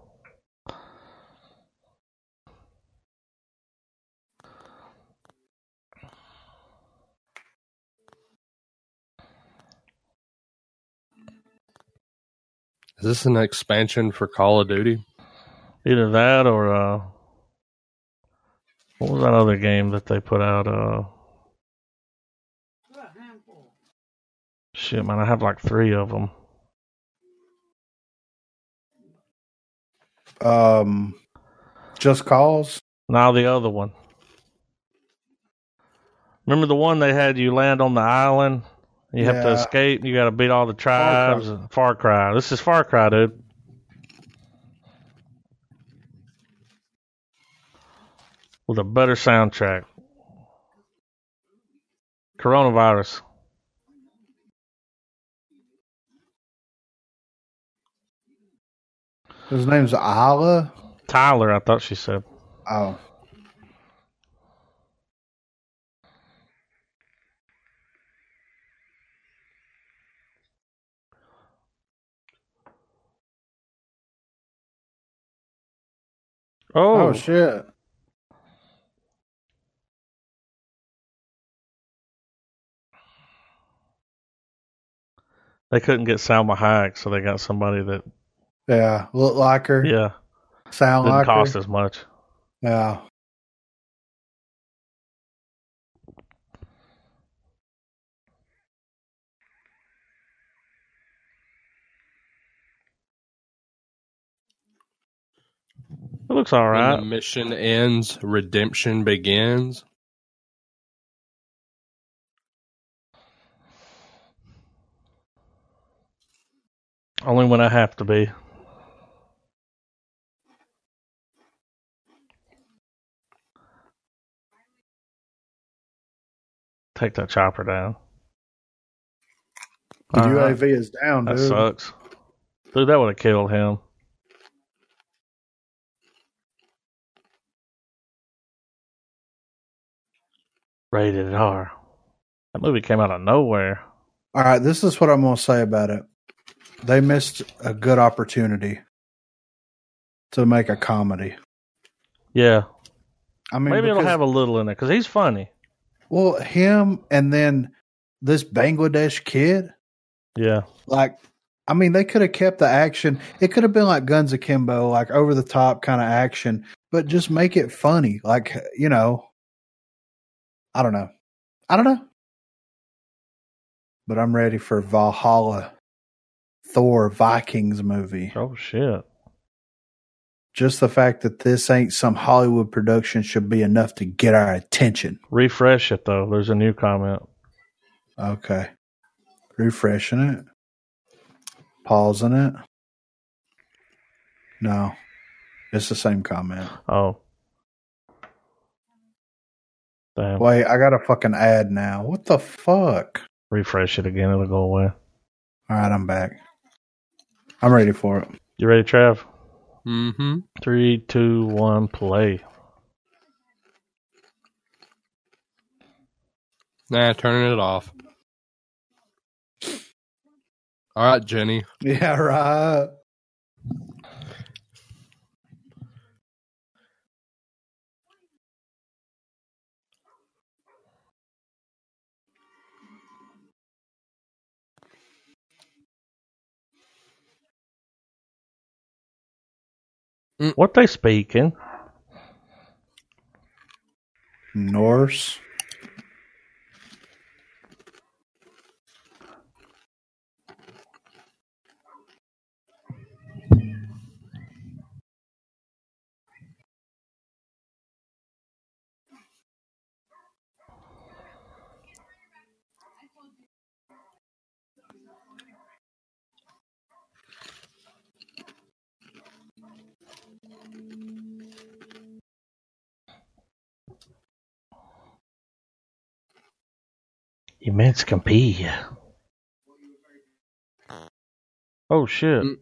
S3: Is this an expansion for Call of Duty?
S1: Either that or uh, what was that other game that they put out? Uh, shit, man, I have like three of them.
S2: Um, Just Cause.
S1: Now the other one. Remember the one they had? You land on the island. You have to
S2: Yeah.
S1: escape. You got to beat all the tribes. Far Cry. This is Far Cry, dude. With a better soundtrack. Coronavirus.
S2: His name's Ala.
S1: Tyler, I thought she said.
S2: Oh,
S3: Oh,
S2: oh shit.
S1: They couldn't get Salma Hayek, so they got somebody that
S2: Yeah. Look like her.
S1: yeah
S2: Sound
S1: didn't
S2: like her.
S1: cost as much.
S2: Yeah.
S1: It looks all
S3: When the
S1: right.
S3: mission ends, redemption begins.
S1: Only when I have to be. Take that chopper down.
S2: The
S1: Uh-huh.
S2: UAV is down,
S1: That
S2: dude.
S1: sucks. Dude, that would have killed him. Rated R. That movie came out of nowhere.
S2: All right, this is what I'm going to say about it. They missed a good opportunity to make a comedy.
S1: Yeah.
S2: I mean,
S1: Maybe it'll
S2: because-
S1: have a little in it because he's funny.
S2: well, him and then this Bangladesh kid.
S1: Yeah.
S2: Like, I mean, they could have kept the action. It could have been like Guns Akimbo, like over the top kind of action, but just make it funny. Like, you know, I don't know. I don't know. But I'm ready for Valhalla, Thor, Vikings movie.
S1: Oh, shit.
S2: Just the fact that this ain't some Hollywood production should be enough to get our attention.
S1: Refresh it, though. There's a new comment.
S2: Okay. Refreshing it. Pausing it. No. It's the same comment.
S1: Oh. Damn.
S2: Wait, I got a fucking ad now. What the fuck?
S1: Refresh it again. It'll go away.
S2: All right, I'm back. I'm ready for it.
S1: You ready, Trav?
S3: Mm-hmm.
S1: Three, two, one, play.
S3: Nah, turning it off. All right, Jenny.
S2: Yeah, right.
S1: What they speaking?
S2: Norse.
S1: You Mexican pee. Oh shit.
S3: Mm.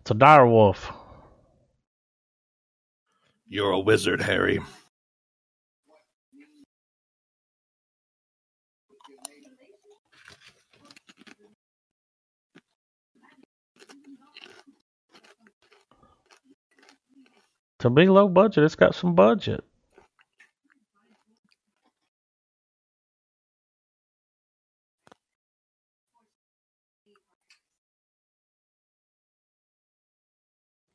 S1: It's a dire wolf.
S3: You're a wizard, Harry.
S1: To be low budget, it's got some budget.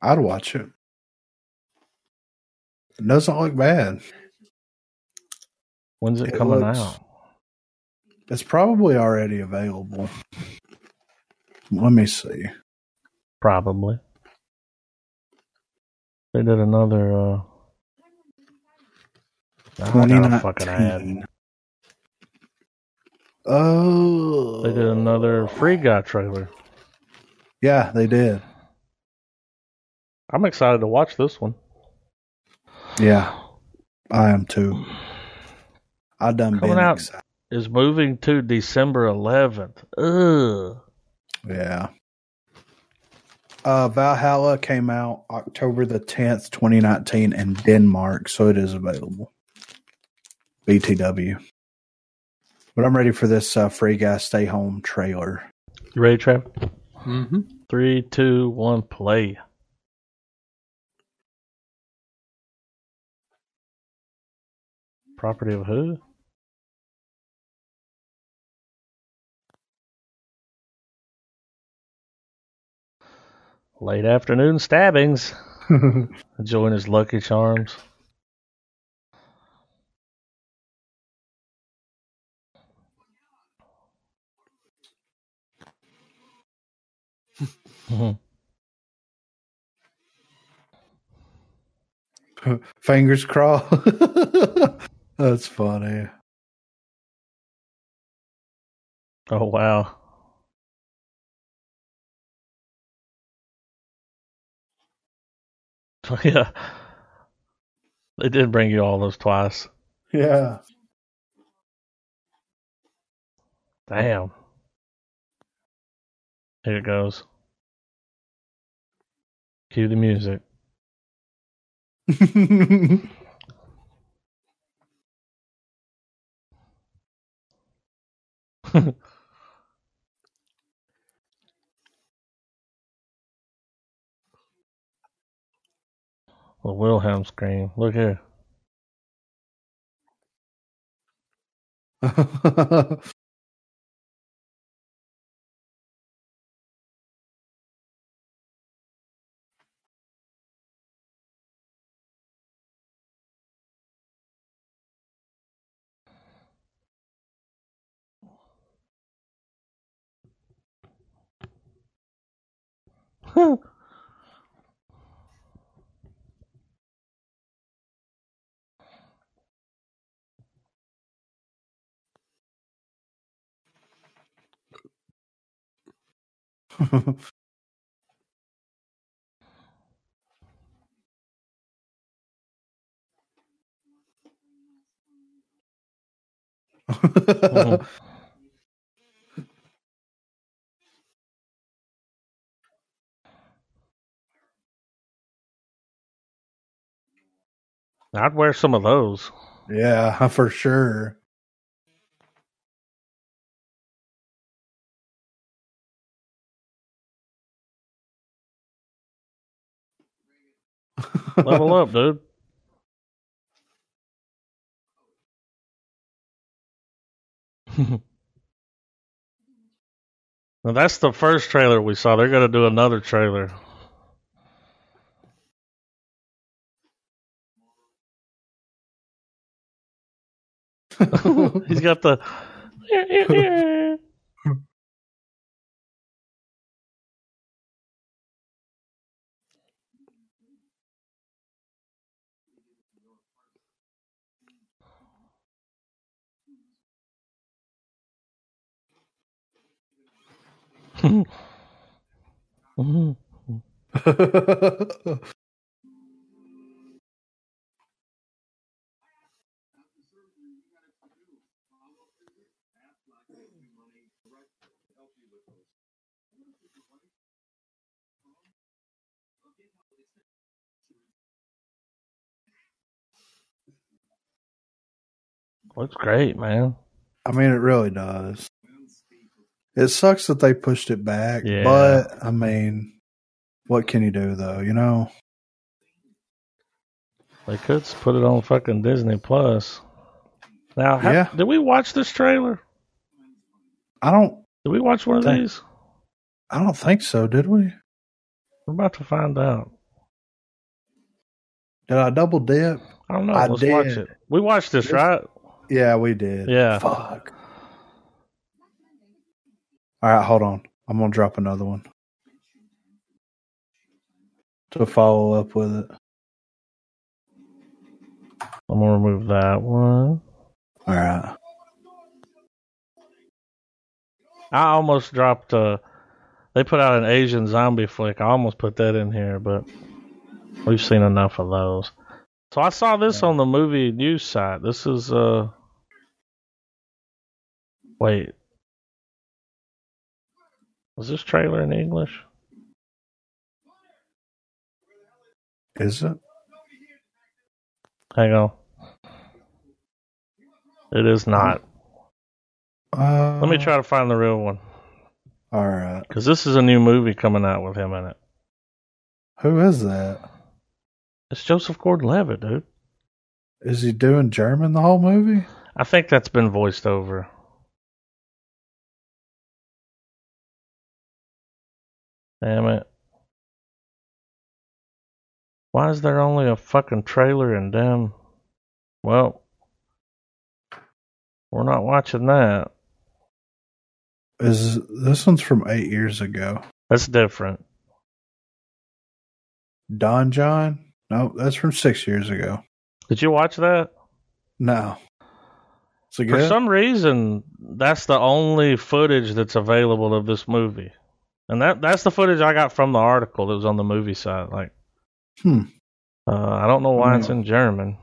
S2: I'd watch it. It doesn't look bad.
S1: When's it,
S2: It
S1: coming
S2: looks-
S1: out?
S2: It's probably already available. Let me see.
S1: Probably. They did another uh I got a fucking ad.
S2: 2019. Oh.
S1: They did another free guy trailer.
S2: Yeah, they did.
S1: I'm excited to watch this one.
S2: Yeah, I am too. I done
S1: Coming
S2: been
S1: out.
S2: excited.
S1: Is moving to December 11th. Ugh.
S2: Yeah. Uh, Valhalla came out October the tenth, twenty nineteen, in Denmark, so it is available. BTW. But I'm ready for this uh, free guy stay home trailer.
S1: You ready, Trav?
S3: Mm-hmm.
S1: Three, two, one, play. Property of who? Late afternoon stabbings. Enjoying his lucky charms. Mhm.
S2: Fingers crossed. That's funny.
S1: Oh wow. Oh, yeah. They did bring you all those twice.
S2: Yeah.
S1: Damn. Here it goes. Cue the music. The Wilhelm scream. Look here. I'd wear some of those.
S2: yeah, for sure.
S1: Level up, dude. now that's the first trailer we saw. They're gonna do another trailer. He's got the. Looks great, man.
S2: I mean, it really does. It sucks that they pushed it back,
S1: Yeah.
S2: but I mean, what can you do though? You know,
S1: They could s- put it on fucking Disney Plus. Now, ha-
S2: Yeah.
S1: did we watch this trailer?
S2: I don't,
S1: Did we watch one of
S2: Think-
S1: these?
S2: I don't think so. Did we?
S1: We're about to find out.
S2: Did I double dip?
S1: I don't know.
S2: I
S1: Let's watch
S2: did.
S1: it. We watched this,
S2: This-
S1: right?
S2: Yeah, we did.
S1: Yeah.
S2: Fuck. All right, hold on. I'm gonna drop another one to follow up with it.
S1: I'm gonna remove that one.
S2: All right.
S1: I almost dropped. Uh, they put out an Asian zombie flick. I almost put that in here, but we've seen enough of those. So I saw this on the movie news site. This is uh, wait, was this trailer in English?
S2: Is it?
S1: Hang on. It is not.
S2: Uh,
S1: Let me try to find the real one.
S2: All right.
S1: Because this is a new movie coming out with him in it.
S2: Who is that?
S1: It's Joseph Gordon Levitt, dude.
S2: Is he doing German the whole movie?
S1: I think that's been voiced over. Damn it. Why is there only a fucking trailer and damn. Well, we're not watching that.
S2: Is this one's from eight years ago?
S1: That's different.
S2: Don John? No, that's from six years ago.
S1: Did you watch that?
S2: No. Is it
S1: For
S2: good?
S1: some reason, that's the only footage that's available of this movie. And that that's the footage I got from the article that was on the movie site. Like,
S2: Hmm.
S1: uh, I don't know why it's
S2: Hmm.
S1: in German.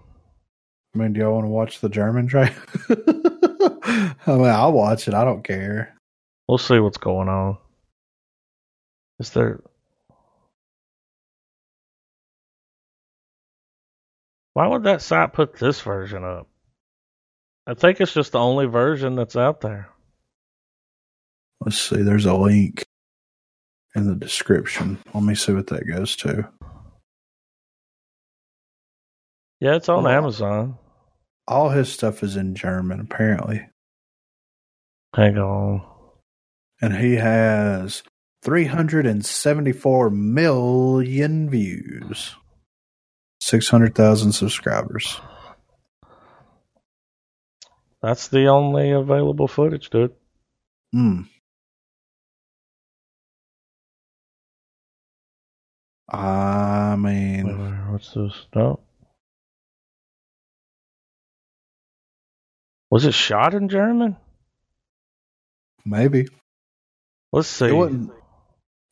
S2: I mean, do y'all want to watch the German trailer? I mean, I'll watch it. I don't care.
S1: We'll see what's going on. Is there. Why would that site put this version up? I think it's just the only version that's out there.
S2: Let's see. There's a link in the description. Let me see what that goes to.
S1: Yeah, it's on
S2: Oh.
S1: Amazon.
S2: All his stuff is in German, apparently.
S1: Hang on.
S2: and he has 374 million views, 600,000 subscribers.
S1: That's the only available footage, dude.
S2: Hmm. I mean,
S1: What's this? No. Was it shot in German?
S2: maybe
S1: Let's see.
S2: it wasn't.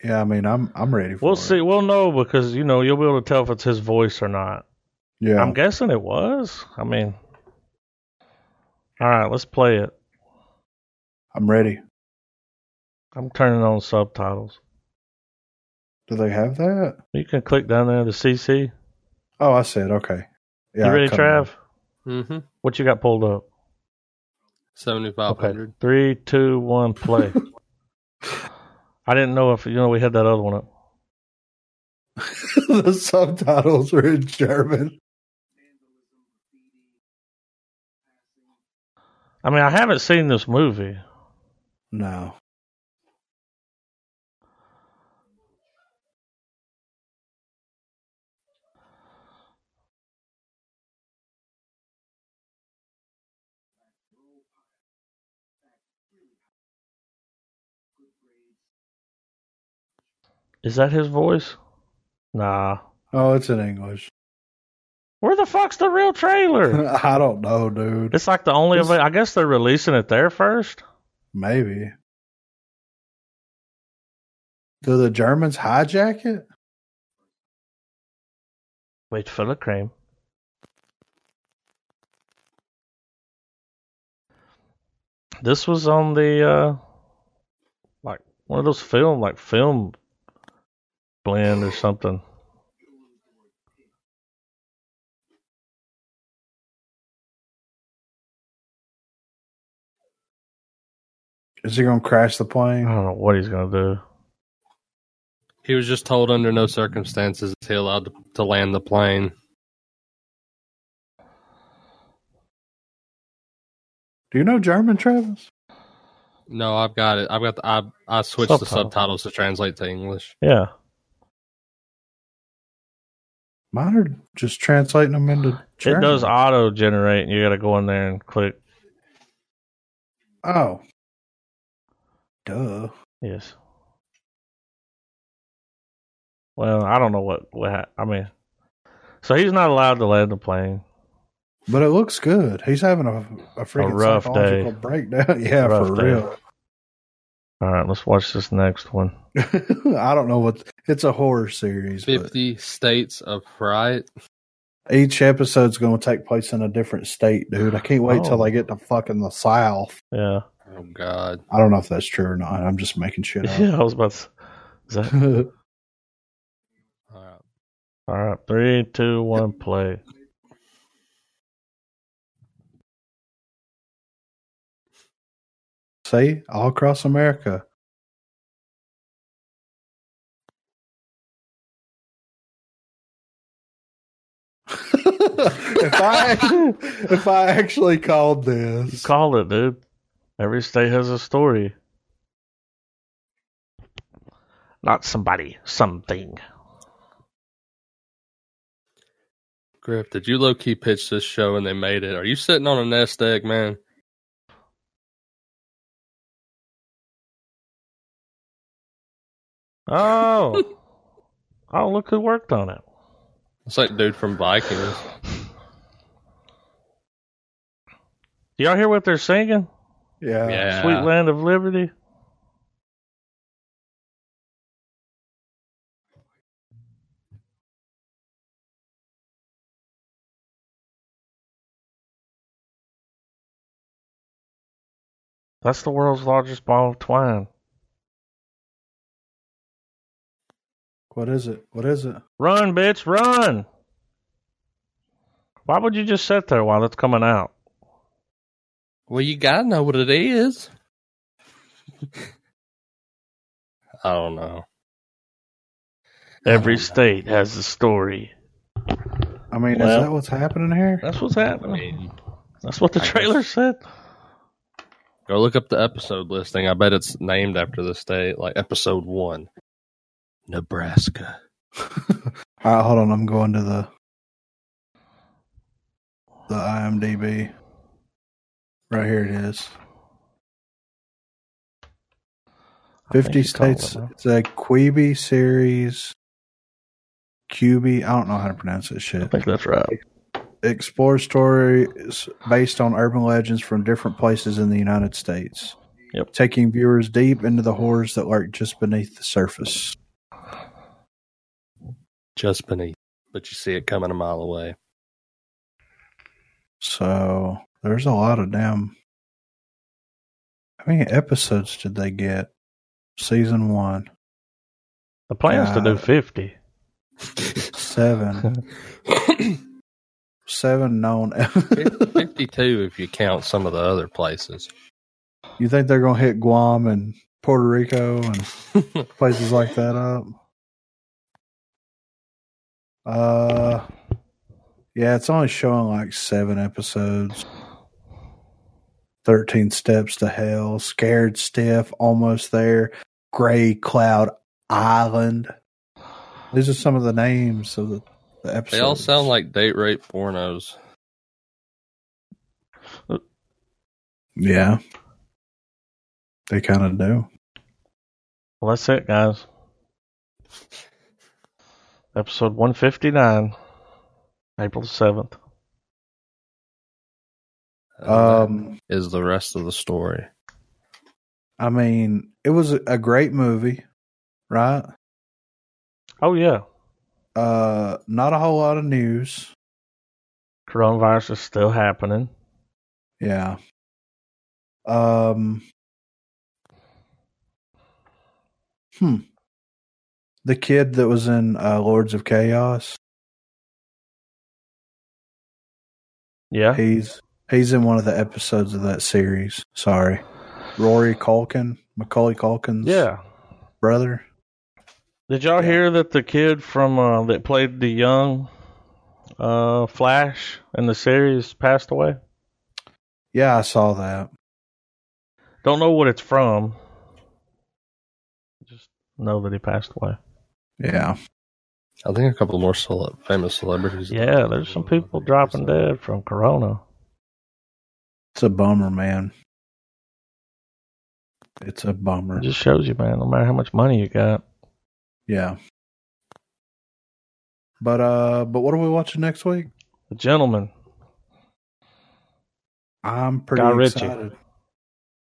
S2: Yeah, I mean, I'm I'm ready for
S1: We'll
S2: it.
S1: see. We'll know because you know you'll be able to tell if it's his voice or not.
S2: Yeah,
S1: I'm guessing it was. I mean, all right, let's play it.
S2: I'm ready.
S1: I'm turning on subtitles.
S2: Do they have that?
S1: You can click down there to CC.
S2: Oh, I said okay. Yeah,
S1: you ready,
S2: come on.
S1: Trav?
S3: Mm-hmm.
S1: What you got pulled up?
S3: Seventy-five hundred.
S1: Three, two, one, play. I didn't know if you know we had that other one up.
S2: the subtitles were in German.
S1: I mean, I haven't seen this movie.
S2: No,
S1: Is that his voice? Nah.
S2: oh, it's in English.
S1: Where the fuck's the real trailer?
S2: I don't know, dude.
S1: it's like the only. Av- I guess they're releasing it there first.
S2: Maybe. Do the Germans hijack it?
S1: Wait for the cream. This was on the uh like one of those film like film blend or something.
S2: Is he going to crash the
S1: I
S2: plane?
S1: don't know what he's gonna do.
S3: He was just told under no circumstances is he allowed to, to land the plane.
S2: Do you know German, Travis?
S3: No, I've got it. I've got the, I I switched the
S1: Subtitles.
S3: subtitles to translate to English.
S1: Yeah.
S2: Mine are just translating them into German.
S1: It does auto generate and you gotta go in there and click
S2: Oh. Duh.
S1: yes. Well, I don't know what what hap- I mean. So he's not allowed to land the plane.
S2: But it looks good. He's having a, a freaking
S1: rough day.
S2: psychological breakdown. Yeah,
S1: Rough
S2: for
S1: day.
S2: real.
S1: All right, let's watch this next one.
S2: I don't know what. It's a horror series. But
S3: Fifty states of fright.
S2: each episode's going to take place in a different state, dude. I can't wait till
S1: Oh.
S2: they get to fucking the South.
S1: Yeah.
S3: Oh God!
S2: I don't know if that's true or not. I'm just making shit up.
S1: Yeah, I was about to. s- Is that
S3: All right.
S1: all right? Three, two, one, play.
S2: See, all across America. if I if I actually called
S1: You
S2: this,
S1: call it, dude. Every state has a story. Not somebody, something.
S3: Griff, did you low key pitch this show and they made it? Are you sitting on a nest egg, man?
S1: Oh. oh, look who worked on it.
S3: It's like dude from Vikings.
S1: Do y'all hear what they're singing?
S2: yeah,
S3: yeah.
S1: Sweet Land of Liberty. That's the world's largest ball of twine.
S2: What is it? What is it?
S1: Run, bitch, run! Why would you just sit there while it's coming out?
S3: Well, you gotta know what it is. I don't know.
S1: Every state has a story.
S2: I mean,
S1: Well-
S2: is that what's happening here?
S1: That's what's
S3: I
S1: happening.
S3: mean,
S1: That's what the
S3: I guess-
S1: trailer said.
S3: go look up the episode listing. I bet it's named after the state, like episode one, Nebraska.
S2: All right, hold on. I'm going to the the IMDb. Right here it is.
S1: I think
S2: Fifty
S1: you called it,
S2: states.
S1: huh?
S2: It's a Quibi series. QB. I don't know how to pronounce this
S1: I
S2: shit.
S1: think that's right.
S2: Explore stories based on urban legends from different places in the United States.
S1: Yep.
S2: Taking viewers deep into the horrors that lurk just beneath the surface.
S3: just beneath, but you see it coming a mile away.
S2: So there's a lot of damn. How many episodes did they get? Season one,
S1: The plan's to do
S2: Uh,
S1: 50.
S2: seven, seven known.
S3: Fifty-two, if you count some of the other places.
S2: you think they're gonna hit Guam and Puerto Rico and places like that up? Uh, yeah, it's only showing like seven episodes. Thirteen steps to hell, scared stiff, almost there. Gray cloud island. These are some of the names of the, the episodes.
S3: They all sound like date rape pornos.
S2: yeah, they kind of do.
S1: Well, that's it, guys. Episode 159, April 7th.
S2: Um,
S3: That is the rest of the story?
S2: I mean, it was a- a great movie, right?
S1: Oh, yeah.
S2: Uh, not a whole lot of news.
S1: Coronavirus is still happening.
S2: Yeah. Um. Hmm. The kid that was in uh, Lords of Chaos.
S1: Yeah.
S2: He's he's in one of the episodes of that series. Sorry, Rory Culkin, Macaulay Culkin's
S1: Yeah.
S2: brother.
S1: Did y'all
S2: Yeah.
S1: hear that the kid from uh, that played the young uh, Flash in the series passed away?
S2: Yeah, I saw that.
S1: Don't know what it's from. Just know that he passed away.
S2: Yeah.
S3: I think a couple more cele- famous celebrities.
S1: Yeah, there's some people dropping dead from Corona.
S2: It's a bummer, man. It's a bummer.
S1: It just shows you, man, no matter how much money you got.
S2: Yeah. But uh but what are we watching next week?
S1: The gentleman.
S2: I'm pretty
S1: Guy Ritchie.
S2: excited.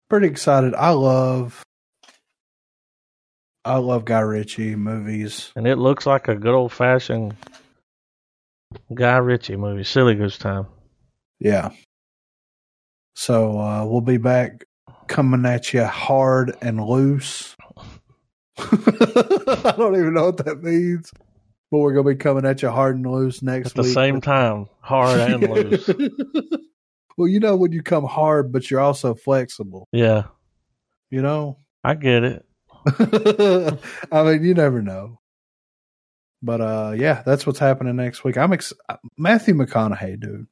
S2: Pretty excited. I love I love Guy Ritchie movies.
S1: And it looks like a good old fashioned Guy Ritchie movie, Silly Goose Time.
S2: Yeah. So uh we'll be back coming at you hard and loose. I don't even know what that means. But we're gonna be coming at you hard and loose next
S1: At the
S2: week.
S1: same time, hard and loose.
S2: well, you know when you come hard, but you're also flexible.
S1: Yeah,
S2: You know,
S1: I get it.
S2: I mean, you never know. But uh, yeah, that's what's happening next week. I'm ex- uh, Matthew McConaughey, dude.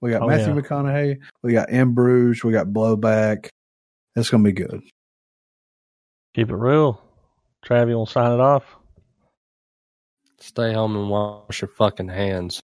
S2: We got
S1: Oh,
S2: Matthew
S1: yeah.
S2: McConaughey. We got In Bruges. We got Blowback. It's gonna be good.
S1: Keep it real. Trav, you want to sign it off?
S3: Stay home and wash your fucking hands.